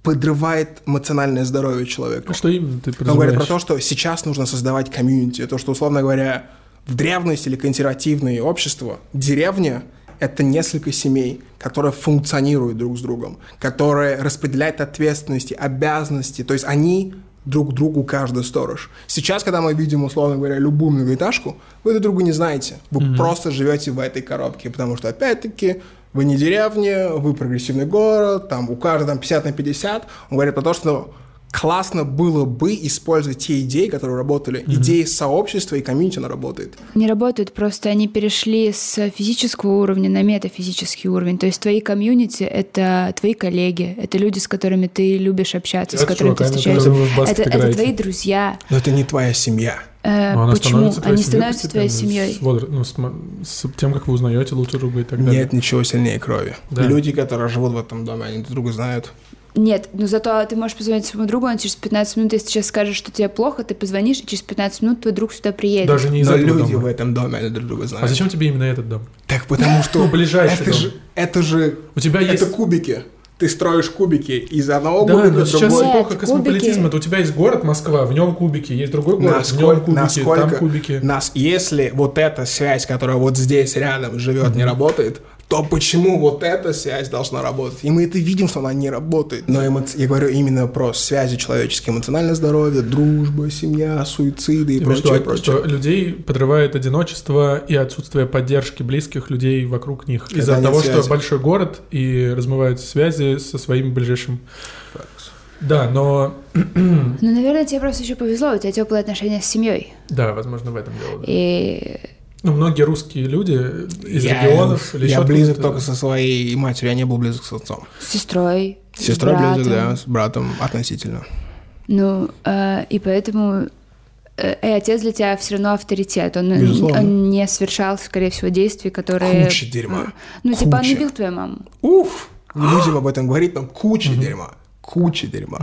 Speaker 1: подрывает эмоциональное здоровье человека.
Speaker 2: Ну, Что именно ты
Speaker 1: Он говорит про
Speaker 2: подразумеваешь?
Speaker 1: то, что сейчас нужно создавать комьюнити. То, что, условно говоря, в древности или консервативные общества, деревня — это несколько семей, которые функционируют друг с другом, которые распределяют ответственности, обязанности. То есть они друг другу каждый сторож. Сейчас, когда мы видим, условно говоря, любую многоэтажку, вы друг друга не знаете. Вы просто живете в этой коробке, потому что, опять-таки, вы не деревня, вы прогрессивный город, там у каждого там 50 на 50. Он говорит про то, что классно было бы использовать те идеи, которые работали. Идеи сообщества и комьюнити, она работает.
Speaker 5: Не работают, просто они перешли с физического уровня на метафизический уровень. То есть твои комьюнити — это твои коллеги, это люди, с которыми ты любишь общаться, с
Speaker 2: Это а
Speaker 5: которыми ты
Speaker 2: чуваками,
Speaker 5: встречаешься.
Speaker 2: которыми вы в баскет
Speaker 5: Это, это
Speaker 2: играете.
Speaker 5: твои друзья.
Speaker 1: Но это не твоя семья.
Speaker 5: Э,
Speaker 2: Но она
Speaker 5: почему?
Speaker 2: становится твоей
Speaker 5: Они
Speaker 2: семьей
Speaker 5: становятся твоей
Speaker 2: постепенно,
Speaker 5: семьей.
Speaker 2: С, возра- ну, с м- с тем, как вы узнаете лучше друга и так далее.
Speaker 1: Нет ничего сильнее крови.
Speaker 2: Да.
Speaker 1: Люди, которые живут в этом доме, они друг друга знают.
Speaker 5: Нет, но зато ты можешь позвонить своему другу, он через 15 минут, если сейчас скажешь, что тебе плохо, ты позвонишь, и через 15 минут твой друг сюда приедет.
Speaker 2: Даже не из
Speaker 1: Но
Speaker 2: этого
Speaker 1: люди
Speaker 2: дома.
Speaker 1: в этом доме, они друг друга знают.
Speaker 2: А зачем тебе именно этот дом?
Speaker 1: Так потому что...
Speaker 2: Ну, ближайший
Speaker 1: это
Speaker 2: дом.
Speaker 1: же, это же...
Speaker 2: У тебя
Speaker 1: это
Speaker 2: есть...
Speaker 1: кубики. ты строишь кубики из одного
Speaker 2: Да,
Speaker 1: кубика
Speaker 2: но
Speaker 1: в
Speaker 2: сейчас
Speaker 1: другой.
Speaker 7: Нет,
Speaker 2: эпоха
Speaker 7: кубики.
Speaker 2: космополитизма. То у тебя есть город Москва, в нем кубики, есть другой город, в нем
Speaker 1: Насколько,
Speaker 2: кубики,
Speaker 1: насколько
Speaker 2: там кубики.
Speaker 1: нас, если вот эта связь, которая вот здесь рядом живет, не работает, то почему вот эта связь должна работать? И мы это видим, что она не работает. Но эмо- я говорю именно про связи человеческие, эмоциональное здоровье, дружба, семья, суициды и
Speaker 2: Ты имеешь в виду,
Speaker 1: прочее, прочее.
Speaker 2: что людей подрывает одиночество и отсутствие поддержки близких людей вокруг них.
Speaker 1: Когда
Speaker 2: Из-за
Speaker 1: нет
Speaker 2: того,
Speaker 1: связи.
Speaker 2: что большой город и размываются связи со своим ближайшим. Да, но...
Speaker 5: Ну, наверное, тебе просто еще повезло, у тебя теплые отношения с семьей.
Speaker 2: Да, возможно, в этом дело. да.
Speaker 5: И
Speaker 2: Ну, многие русские люди из
Speaker 1: Я-
Speaker 2: регионов... или
Speaker 1: Я
Speaker 2: еще
Speaker 1: близок
Speaker 2: откуда-то-
Speaker 1: только со своей матерью, я не был близок с отцом.
Speaker 5: с сестрой.
Speaker 1: С сестрой
Speaker 5: с братом.
Speaker 1: близок, да, с братом относительно.
Speaker 5: Ну, э, и поэтому э, и отец для тебя все равно авторитет. Он, э,
Speaker 1: Безусловно.
Speaker 5: он не совершал, скорее всего, действий, которые...
Speaker 1: Куча дерьма.
Speaker 5: Ну, типа, он не
Speaker 1: Куча.
Speaker 5: бил твою маму.
Speaker 1: Уф! Не будем об этом говорить, но куча дерьма. Куча дерьма.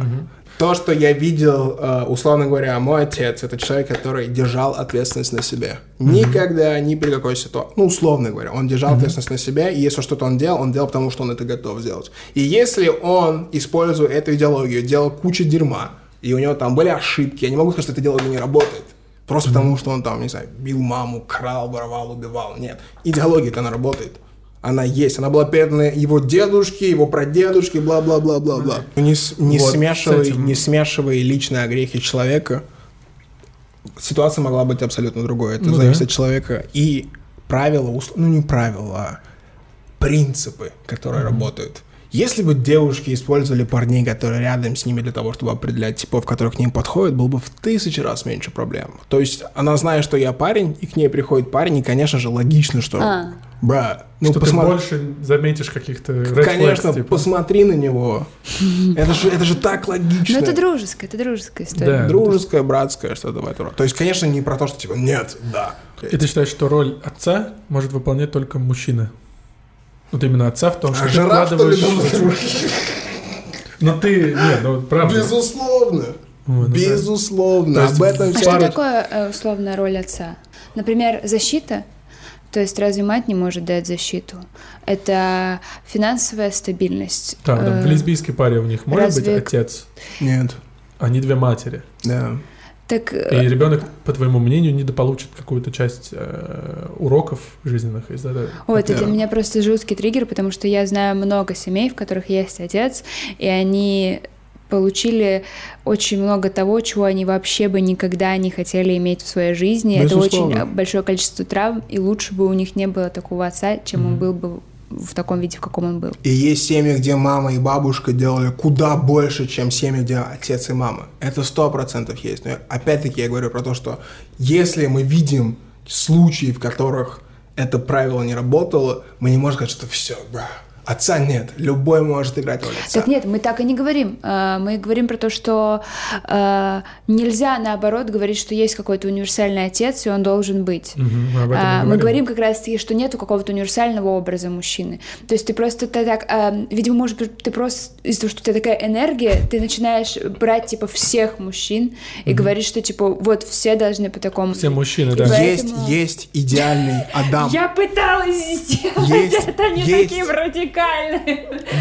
Speaker 1: То, что я видел, э, условно говоря, мой отец, это человек, который держал ответственность на себе. Никогда, ни при какой ситуации. Ну, условно говоря, он держал ответственность на себя, и если что-то он делал, он делал, потому что он это готов сделать. И если он, используя эту идеологию, делал кучу дерьма, и у него там были ошибки, я не могу сказать, что эта идеология не работает. Просто потому, что он там, не знаю, бил маму, крал, воровал, убивал. Нет. Идеология-то она работает. Она есть, она была передана его дедушке, его прадедушке, бла-бла-бла-бла-бла. Ну, Не, с- не
Speaker 2: Вот,
Speaker 1: смешивай,
Speaker 2: с этим.
Speaker 1: не смешивай личные огрехи человека. Ситуация могла быть абсолютно другой. Это
Speaker 2: Ну
Speaker 1: зависит
Speaker 2: да.
Speaker 1: от человека. И правила, усл- ну не правила, а принципы, которые работают. Если бы девушки использовали парней, которые рядом с ними для того, чтобы определять типов, которые к ним подходят, было бы в тысячи раз меньше проблем. То есть она знает, что я парень, и к ней приходит парень, и, конечно же, логично, что...
Speaker 5: А.
Speaker 1: Бра, ну
Speaker 2: что
Speaker 1: посмотри-
Speaker 2: ты больше заметишь каких-то red
Speaker 1: Конечно,
Speaker 2: flags, типа.
Speaker 1: посмотри на него. Это же, это же так логично.
Speaker 5: Ну, это дружеская, это дружеская история.
Speaker 2: Да.
Speaker 1: Дружеское, братское, что-то в этом роде. То есть, конечно, не про то, что типа нет, да.
Speaker 2: И ты считаешь, что роль отца может выполнять только мужчина? Вот именно отца в том, что
Speaker 1: А
Speaker 2: ты
Speaker 1: жираф, что ли,
Speaker 2: вкладываешь...
Speaker 1: думал?
Speaker 2: Ну ты... Нет, ну правда.
Speaker 1: Безусловно.
Speaker 2: Ой, ну да.
Speaker 1: Безусловно.
Speaker 2: То есть
Speaker 1: Об этом
Speaker 5: А
Speaker 1: вся
Speaker 5: что
Speaker 1: речь.
Speaker 5: такое э, условная роль отца? Например, защита. То есть разве мать не может дать защиту? Это финансовая стабильность.
Speaker 2: Да, да, в
Speaker 5: Э,
Speaker 2: лесбийской паре у них может
Speaker 5: разве-
Speaker 2: быть отец.
Speaker 1: Нет.
Speaker 2: Они две матери.
Speaker 1: Да.
Speaker 5: Так э,
Speaker 2: И ребенок, по твоему мнению, недополучит какую-то часть э, уроков жизненных из-за этого.
Speaker 5: Ой, это для
Speaker 1: Да.
Speaker 5: меня просто жуткий триггер, потому что я знаю много семей, в которых есть отец, и они получили очень много того, чего они вообще бы никогда не хотели иметь в своей жизни. Это очень
Speaker 1: Безусловно.
Speaker 5: э, большое количество травм, и лучше бы у них не было такого отца, чем он был бы в таком виде, в каком он был.
Speaker 1: И есть семьи, где мама и бабушка делали куда больше, чем семьи, где отец и мама. Это сто процентов есть. Но опять-таки я говорю про то, что если мы видим случаи, в которых это правило не работало, мы не можем сказать, что все, бра, отца нет, любой может играть роль отца.
Speaker 5: Так нет, мы так и не говорим. А, Мы говорим про то, что э, нельзя, наоборот, говорить, что есть какой-то универсальный отец, и он должен быть.
Speaker 2: Мгм, мы об этом и
Speaker 5: А, Мы
Speaker 2: говорим.
Speaker 5: говорим как раз-таки, что нету какого-то универсального образа мужчины. То есть ты просто ты так, э, видимо, может быть, ты просто из-за того, что у тебя такая энергия, ты начинаешь брать, типа, всех мужчин и говорить, что, типа, вот все должны по такому...
Speaker 2: Все мужчины, да.
Speaker 5: Да.
Speaker 1: Есть,
Speaker 5: поэтому-
Speaker 1: есть идеальный Адам.
Speaker 5: Я пыталась сделать
Speaker 1: Есть,
Speaker 5: это не
Speaker 1: есть.
Speaker 5: таким радикальным.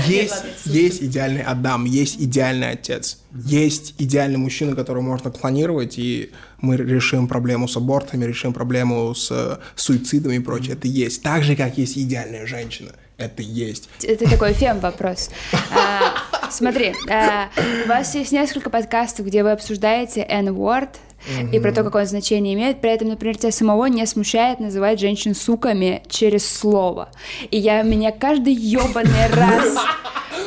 Speaker 1: Есть, есть идеальный Адам, есть идеальный отец, есть идеальный мужчина, которого можно клонировать, и мы решим проблему с абортами, решим проблему с э, суицидами и прочее. Это есть. Так же, как есть идеальная женщина. Это есть.
Speaker 5: Это такой фем-вопрос. А, Смотри, а, у вас есть несколько подкастов, где вы обсуждаете N-word и про то, какое он значение имеет. При этом, например, тебя самого не смущает называть женщин суками через слово. И я меня каждый ёбаный раз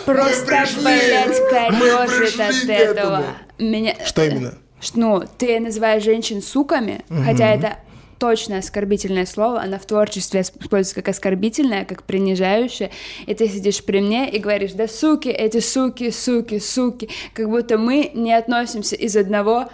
Speaker 5: просто, блядь, корёжит от этого. Меня...
Speaker 1: Что именно?
Speaker 5: Ш- Ну, ты называешь женщин суками, хотя это точно оскорбительное слово, она в творчестве ос- используется как оскорбительное, как принижающее, и ты сидишь при мне и говоришь, да суки, эти суки, суки, суки, как будто мы не относимся из одного,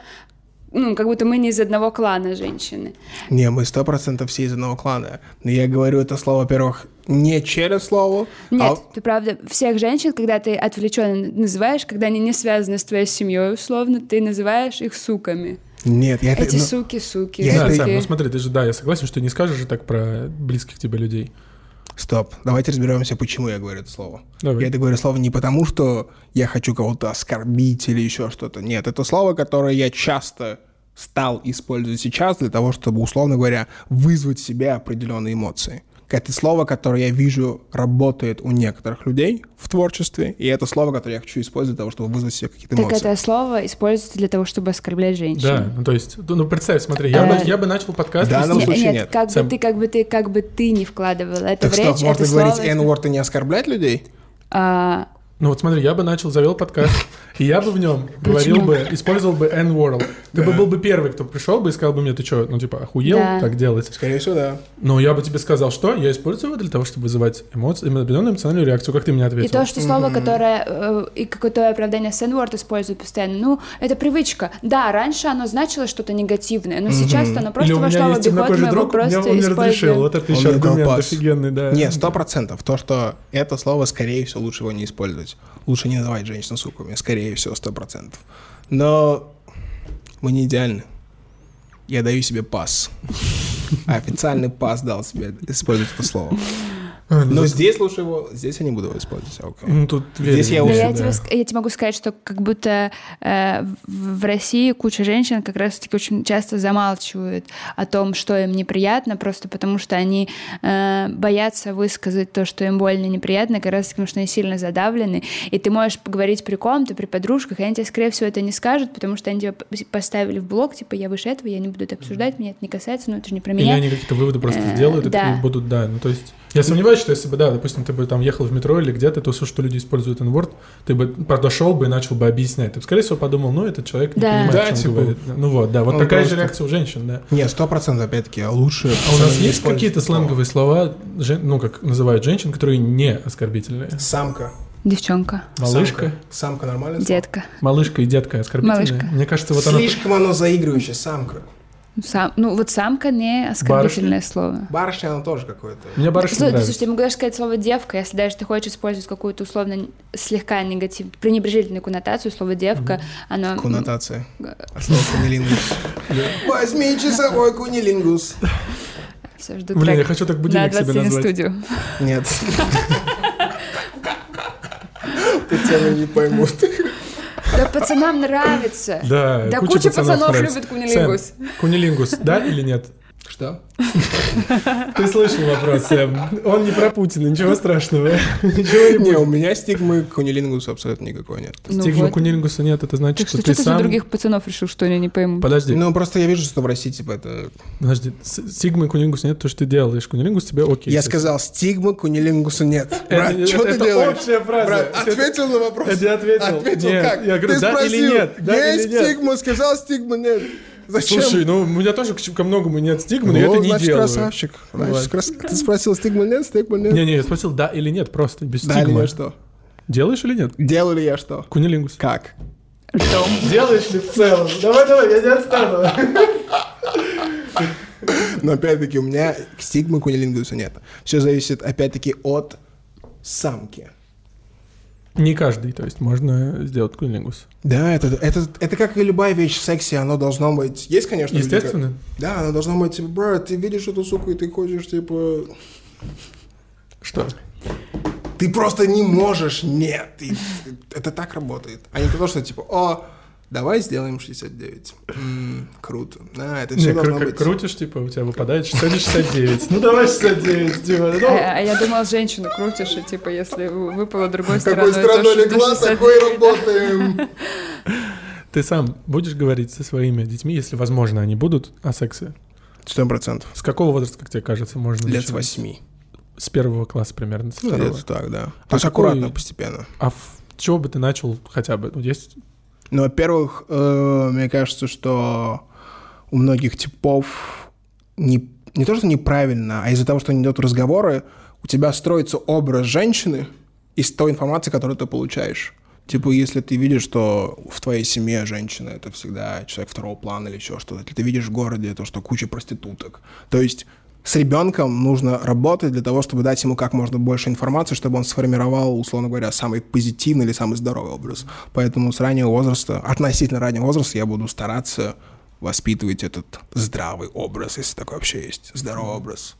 Speaker 5: ну, как будто мы не из одного клана женщины.
Speaker 1: Не, мы сто процентов все из одного клана. Но я говорю это слово, во-первых, не через слово,
Speaker 5: Нет,
Speaker 1: а
Speaker 5: ты правда, всех женщин, когда ты отвлеченно называешь, когда они не связаны с твоей семьей, условно, ты называешь их суками.
Speaker 1: нет, я это-
Speaker 5: Эти
Speaker 1: ну,
Speaker 5: суки, суки,
Speaker 1: я
Speaker 2: Да,
Speaker 1: это-
Speaker 5: суки.
Speaker 2: Сэм, ну смотри, ты же, да, я согласен, что ты не скажешь же так про близких тебе людей.
Speaker 1: Стоп, давайте разберемся, почему я говорю это слово.
Speaker 2: Давай.
Speaker 1: Я это говорю слово не потому, что я хочу кого-то оскорбить или еще что-то. Нет, это слово, которое я часто стал использовать сейчас для того, чтобы, условно говоря, вызвать в себе определенные эмоции. Это слово, которое я вижу работает у некоторых людей в творчестве, и это слово, которое я хочу использовать для того, чтобы вызвать в себе какие-то
Speaker 5: Так
Speaker 1: эмоции.
Speaker 5: это слово используется для того, чтобы оскорблять женщин.
Speaker 2: Да, ну то есть, ну, ну представь, смотри, я, бы,
Speaker 5: Э,
Speaker 2: я бы начал подкаст.
Speaker 1: да, ну,
Speaker 2: вести-
Speaker 1: данном
Speaker 5: Не-
Speaker 1: случае
Speaker 5: нет,
Speaker 1: нет.
Speaker 5: Как
Speaker 2: Сэм.
Speaker 5: бы ты, как бы ты, как бы ты не вкладывала это
Speaker 1: Так
Speaker 5: в
Speaker 1: что,
Speaker 5: речь,
Speaker 1: можно
Speaker 5: это
Speaker 1: говорить
Speaker 5: слово-
Speaker 1: N-word и не оскорблять людей?
Speaker 5: А,
Speaker 2: Ну вот смотри, я бы начал, завел подкаст, и я бы в нем говорил бы, использовал бы N-World. Ты бы был бы первый, кто пришел бы и сказал бы мне, ты что, ну типа, охуел
Speaker 5: Да.
Speaker 2: так делать?
Speaker 1: Скорее всего, да.
Speaker 2: Но я бы тебе сказал, что я использую его для того, чтобы вызывать эмоции, определенную эмоциональную реакцию, как ты мне
Speaker 5: И
Speaker 2: ответил.
Speaker 5: то, что слово, которое э, и какое-то оправдание Сенворд используют постоянно, ну, это привычка. Да, раньше оно значило что-то негативное, но сейчас оно
Speaker 2: Или
Speaker 5: просто
Speaker 2: у меня
Speaker 5: вошло в
Speaker 2: есть
Speaker 5: обиход, мы
Speaker 2: темнокожий
Speaker 5: его
Speaker 2: друг, мне,
Speaker 5: просто
Speaker 2: он мне разрешил.
Speaker 5: используем.
Speaker 2: Вот это
Speaker 1: Он
Speaker 2: еще
Speaker 1: мне дал
Speaker 2: аргумент
Speaker 1: пас.
Speaker 2: офигенный, да.
Speaker 1: Не, сто процентов. То, что это слово, скорее всего, лучше его не использовать. Лучше не называть женщин суками, скорее всего, сто процентов. Но мы не идеальны. Я даю себе пас. Официальный пас дал себе использовать это слово.
Speaker 2: А, ну,
Speaker 1: Но здесь лучше его... Здесь я не буду его использовать. а, окей.
Speaker 2: ну, тут
Speaker 1: Здесь
Speaker 2: верю,
Speaker 1: я
Speaker 2: верю,
Speaker 5: Да,
Speaker 1: уже,
Speaker 5: я,
Speaker 2: да.
Speaker 5: тебе, ск- я тебе могу сказать, что как будто э, в в России куча женщин как раз-таки очень часто замалчивают о том, что им неприятно, просто потому что они э, боятся высказать то, что им больно и неприятно, как раз-таки потому что они сильно задавлены. И ты можешь поговорить при ком-то, при подружках, и они тебе, скорее всего, это не скажут, потому что они тебя п- поставили в блок, типа, я выше этого, я не буду это обсуждать, меня это не касается, ну это же не про
Speaker 2: Или
Speaker 5: меня.
Speaker 2: они какие-то выводы просто
Speaker 5: Э,
Speaker 2: сделают, и
Speaker 5: да.
Speaker 2: такие будут, да. Ну, то есть, я сомневаюсь, что если бы, да, допустим, ты бы там ехал в метро или где-то, то все, что люди используют N-word, ты бы подошел бы и начал бы объяснять. Ты бы, скорее всего, подумал, ну, этот человек не
Speaker 5: Да.
Speaker 2: понимает,
Speaker 1: Да,
Speaker 2: о чем
Speaker 1: типа,
Speaker 2: говорит. Ну вот, да, вот
Speaker 1: он
Speaker 2: такая же
Speaker 1: просто-
Speaker 2: реакция у женщин, да.
Speaker 1: Не, сто процентов, опять-таки, лучше...
Speaker 2: А у нас
Speaker 1: не
Speaker 2: есть
Speaker 1: использовать
Speaker 2: какие-то
Speaker 1: это слово.
Speaker 2: сленговые слова, жен- ну, как называют женщин, которые не оскорбительные?
Speaker 1: Самка.
Speaker 5: Девчонка,
Speaker 2: А Малышка?
Speaker 1: Самка, Самка нормально?
Speaker 5: детка,
Speaker 2: Малышка и детка оскорбительные?
Speaker 5: Малышка.
Speaker 2: Мне кажется, вот она...
Speaker 1: Слишком оно заигрывающее, самка.
Speaker 5: Сам, ну вот самка не оскорбительное слово.
Speaker 1: Барышня, она тоже какое-то.
Speaker 2: Мне барышня
Speaker 5: Слушай,
Speaker 2: нравится.
Speaker 5: слушай, ты могу даже сказать слово девка, если даже ты хочешь использовать какую-то условно н- слегка негатив, пренебрежительную коннотацию, слово девка, оно...
Speaker 1: Коннотация. От слова кунилингус. Возьми часовой кунилингус.
Speaker 5: Все, жду
Speaker 2: Блин, я
Speaker 5: трек.
Speaker 2: хочу так
Speaker 5: На
Speaker 2: будильник себе
Speaker 5: 21
Speaker 2: назвать.
Speaker 5: студию.
Speaker 1: Нет. Татьяна не поймут.
Speaker 5: Да пацанам нравится.
Speaker 2: Да,
Speaker 5: Да куча пацанов
Speaker 2: нравится.
Speaker 5: любит кунилингус.
Speaker 2: Сэм, кунилингус, да или нет?
Speaker 1: Что?
Speaker 2: Ты слышал вопрос, Сэм. Он не про Путина, ничего страшного.
Speaker 1: Не, у меня стигмы к кунилингусу абсолютно никакой нет.
Speaker 5: Ну
Speaker 2: Стигмы
Speaker 5: вот.
Speaker 2: кунилингуса нет, это значит,
Speaker 5: Так что
Speaker 2: что
Speaker 5: что
Speaker 2: ты
Speaker 5: ты за
Speaker 2: сам...
Speaker 5: других пацанов решил, что ли, не пойму?
Speaker 2: Подожди,
Speaker 1: Ну, просто я вижу, что в России, типа, это...
Speaker 2: подожди. С- Стигмы кунилингуса нет, то, что ты делаешь. Кунилингус тебе окей.
Speaker 1: Я
Speaker 2: если-
Speaker 1: сказал, стигмы кунилингуса нет. Брат,
Speaker 2: это-
Speaker 1: что ты
Speaker 2: это
Speaker 1: делаешь?
Speaker 2: общая фраза.
Speaker 1: Брат,
Speaker 2: Это-
Speaker 1: ответил на вопрос?
Speaker 2: это я ответил.
Speaker 1: Ответил
Speaker 2: Нет,
Speaker 1: как?
Speaker 2: я говорю,
Speaker 1: Ты
Speaker 2: да или
Speaker 1: спросил,
Speaker 2: нет? Да или
Speaker 1: есть
Speaker 2: нет?
Speaker 1: стигма? Сказал, стигмы нет. Зачем?
Speaker 2: Слушай, ну у меня тоже к- ко многому нет стигмы, но я
Speaker 1: Вот,
Speaker 2: Ну, это не
Speaker 1: Ну, значит,
Speaker 2: делаю.
Speaker 1: красавчик.
Speaker 2: Ладно.
Speaker 1: Значит, крас- Ты спросил, стигмы нет, стигмы нет.
Speaker 2: Не-не, я спросил, да или нет, просто, без
Speaker 1: Да, или
Speaker 2: стигмы.
Speaker 1: я что?
Speaker 2: Делаешь или нет?
Speaker 1: Делаю ли я что?
Speaker 2: Кунилингус.
Speaker 1: Как?
Speaker 6: Делаешь ли в целом? Давай, давай, я не отстану.
Speaker 1: Но опять-таки у меня стигмы кунилингуса нет. Все зависит опять-таки от самки.
Speaker 2: Не каждый, то есть можно сделать кунилингус.
Speaker 1: Да, это, это, это как и любая вещь в сексе, оно должно быть... Есть, конечно, люди, как-
Speaker 2: Естественно.
Speaker 1: Да, оно должно быть, типа, брат, ты видишь эту суку, и ты хочешь, типа...
Speaker 2: Что?
Speaker 1: Ты просто не можешь, нет. И- это так работает. А не то, что, типа, о, давай сделаем 69. М, круто. Да, это все
Speaker 2: Не,
Speaker 1: должно
Speaker 2: кру-
Speaker 1: быть...
Speaker 2: крутишь, типа, у тебя выпадает 69.
Speaker 6: Ну давай 69, Дима.
Speaker 8: А,
Speaker 6: Ну,
Speaker 8: а я думал, женщину крутишь, и типа, если выпало другой стороной,
Speaker 1: Какой страной легла, такой и работаем.
Speaker 2: Ты сам будешь говорить со своими детьми, если, возможно, они будут, о сексе?
Speaker 1: Сто процентов.
Speaker 2: С какого возраста, как тебе кажется, можно
Speaker 1: Лет с
Speaker 2: начинать?
Speaker 1: восьми.
Speaker 2: С первого класса примерно, со
Speaker 1: Ну,
Speaker 2: второго.
Speaker 1: где-то так, да. То
Speaker 2: А
Speaker 1: есть
Speaker 2: какой-
Speaker 1: аккуратно, постепенно.
Speaker 2: А в чего бы ты начал хотя бы? Ну, есть...
Speaker 1: Ну, во-первых, э, мне кажется, что у многих типов не, не то, что неправильно, а из-за того, что не идут разговоры, у тебя строится образ женщины из той информации, которую ты получаешь. Типа, если ты видишь, что в твоей семье женщина — это всегда человек второго плана или еще что-то, или ты видишь в городе то, что куча проституток. То есть с ребенком нужно работать для того, чтобы дать ему как можно больше информации, чтобы он сформировал, условно говоря, самый позитивный или самый здоровый образ. Поэтому с раннего возраста, относительно раннего возраста, я буду стараться воспитывать этот здравый образ, если такой вообще есть, здоровый образ.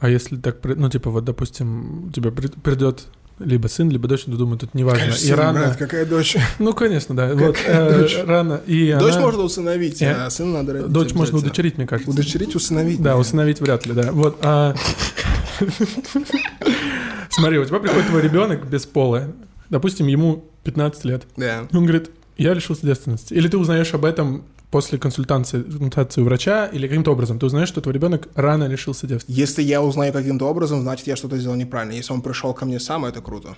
Speaker 2: А если так, при- ну, типа, вот, допустим, тебе при- придет либо сын, либо дочь, ну, думаю, тут неважно.
Speaker 1: Конечно,
Speaker 2: и рано...
Speaker 1: брат, какая дочь?
Speaker 2: Ну, конечно, да. Вот, э,
Speaker 1: дочь?
Speaker 2: рано. И
Speaker 1: Дочь
Speaker 2: она-
Speaker 1: можно усыновить,
Speaker 2: Э,
Speaker 1: а сына надо родить.
Speaker 2: Дочь можно
Speaker 1: обязательно.
Speaker 2: удочерить, мне кажется.
Speaker 1: Удочерить, усыновить.
Speaker 2: Да,
Speaker 1: нет.
Speaker 2: усыновить вряд ли, да. Вот. а- Смотри, у тебя приходит твой ребенок без пола. Допустим, ему 15 лет.
Speaker 1: Да.
Speaker 2: И Он говорит, я лишился девственности. Или ты узнаешь об этом после консультации, консультации у врача, или каким-то образом. Ты узнаешь, что твой ребенок рано лишился девственности.
Speaker 1: Если я узнаю каким-то образом, значит, я что-то сделал неправильно. Если он пришел ко мне сам, это круто.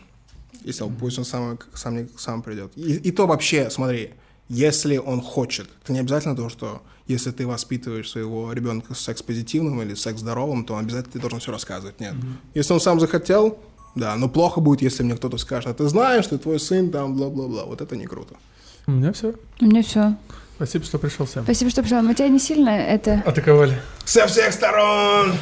Speaker 1: Если он, пусть он сам, сам, не- сам придет. И, и то вообще, смотри, если он хочет, это не обязательно то, что если ты воспитываешь своего ребенка секс-позитивным или секс-здоровым, то обязательно ты должен все рассказывать. Нет. Если он сам захотел, да, но плохо будет, если мне кто-то скажет, а ты знаешь, что твой сын там, бла-бла-бла. Вот это не круто.
Speaker 2: У меня все.
Speaker 5: У меня все.
Speaker 2: Ну Спасибо, что пришел, Сэм.
Speaker 9: Спасибо, что пришла. Мы тебя не сильно это...
Speaker 2: Атаковали.
Speaker 1: Со всех сторон!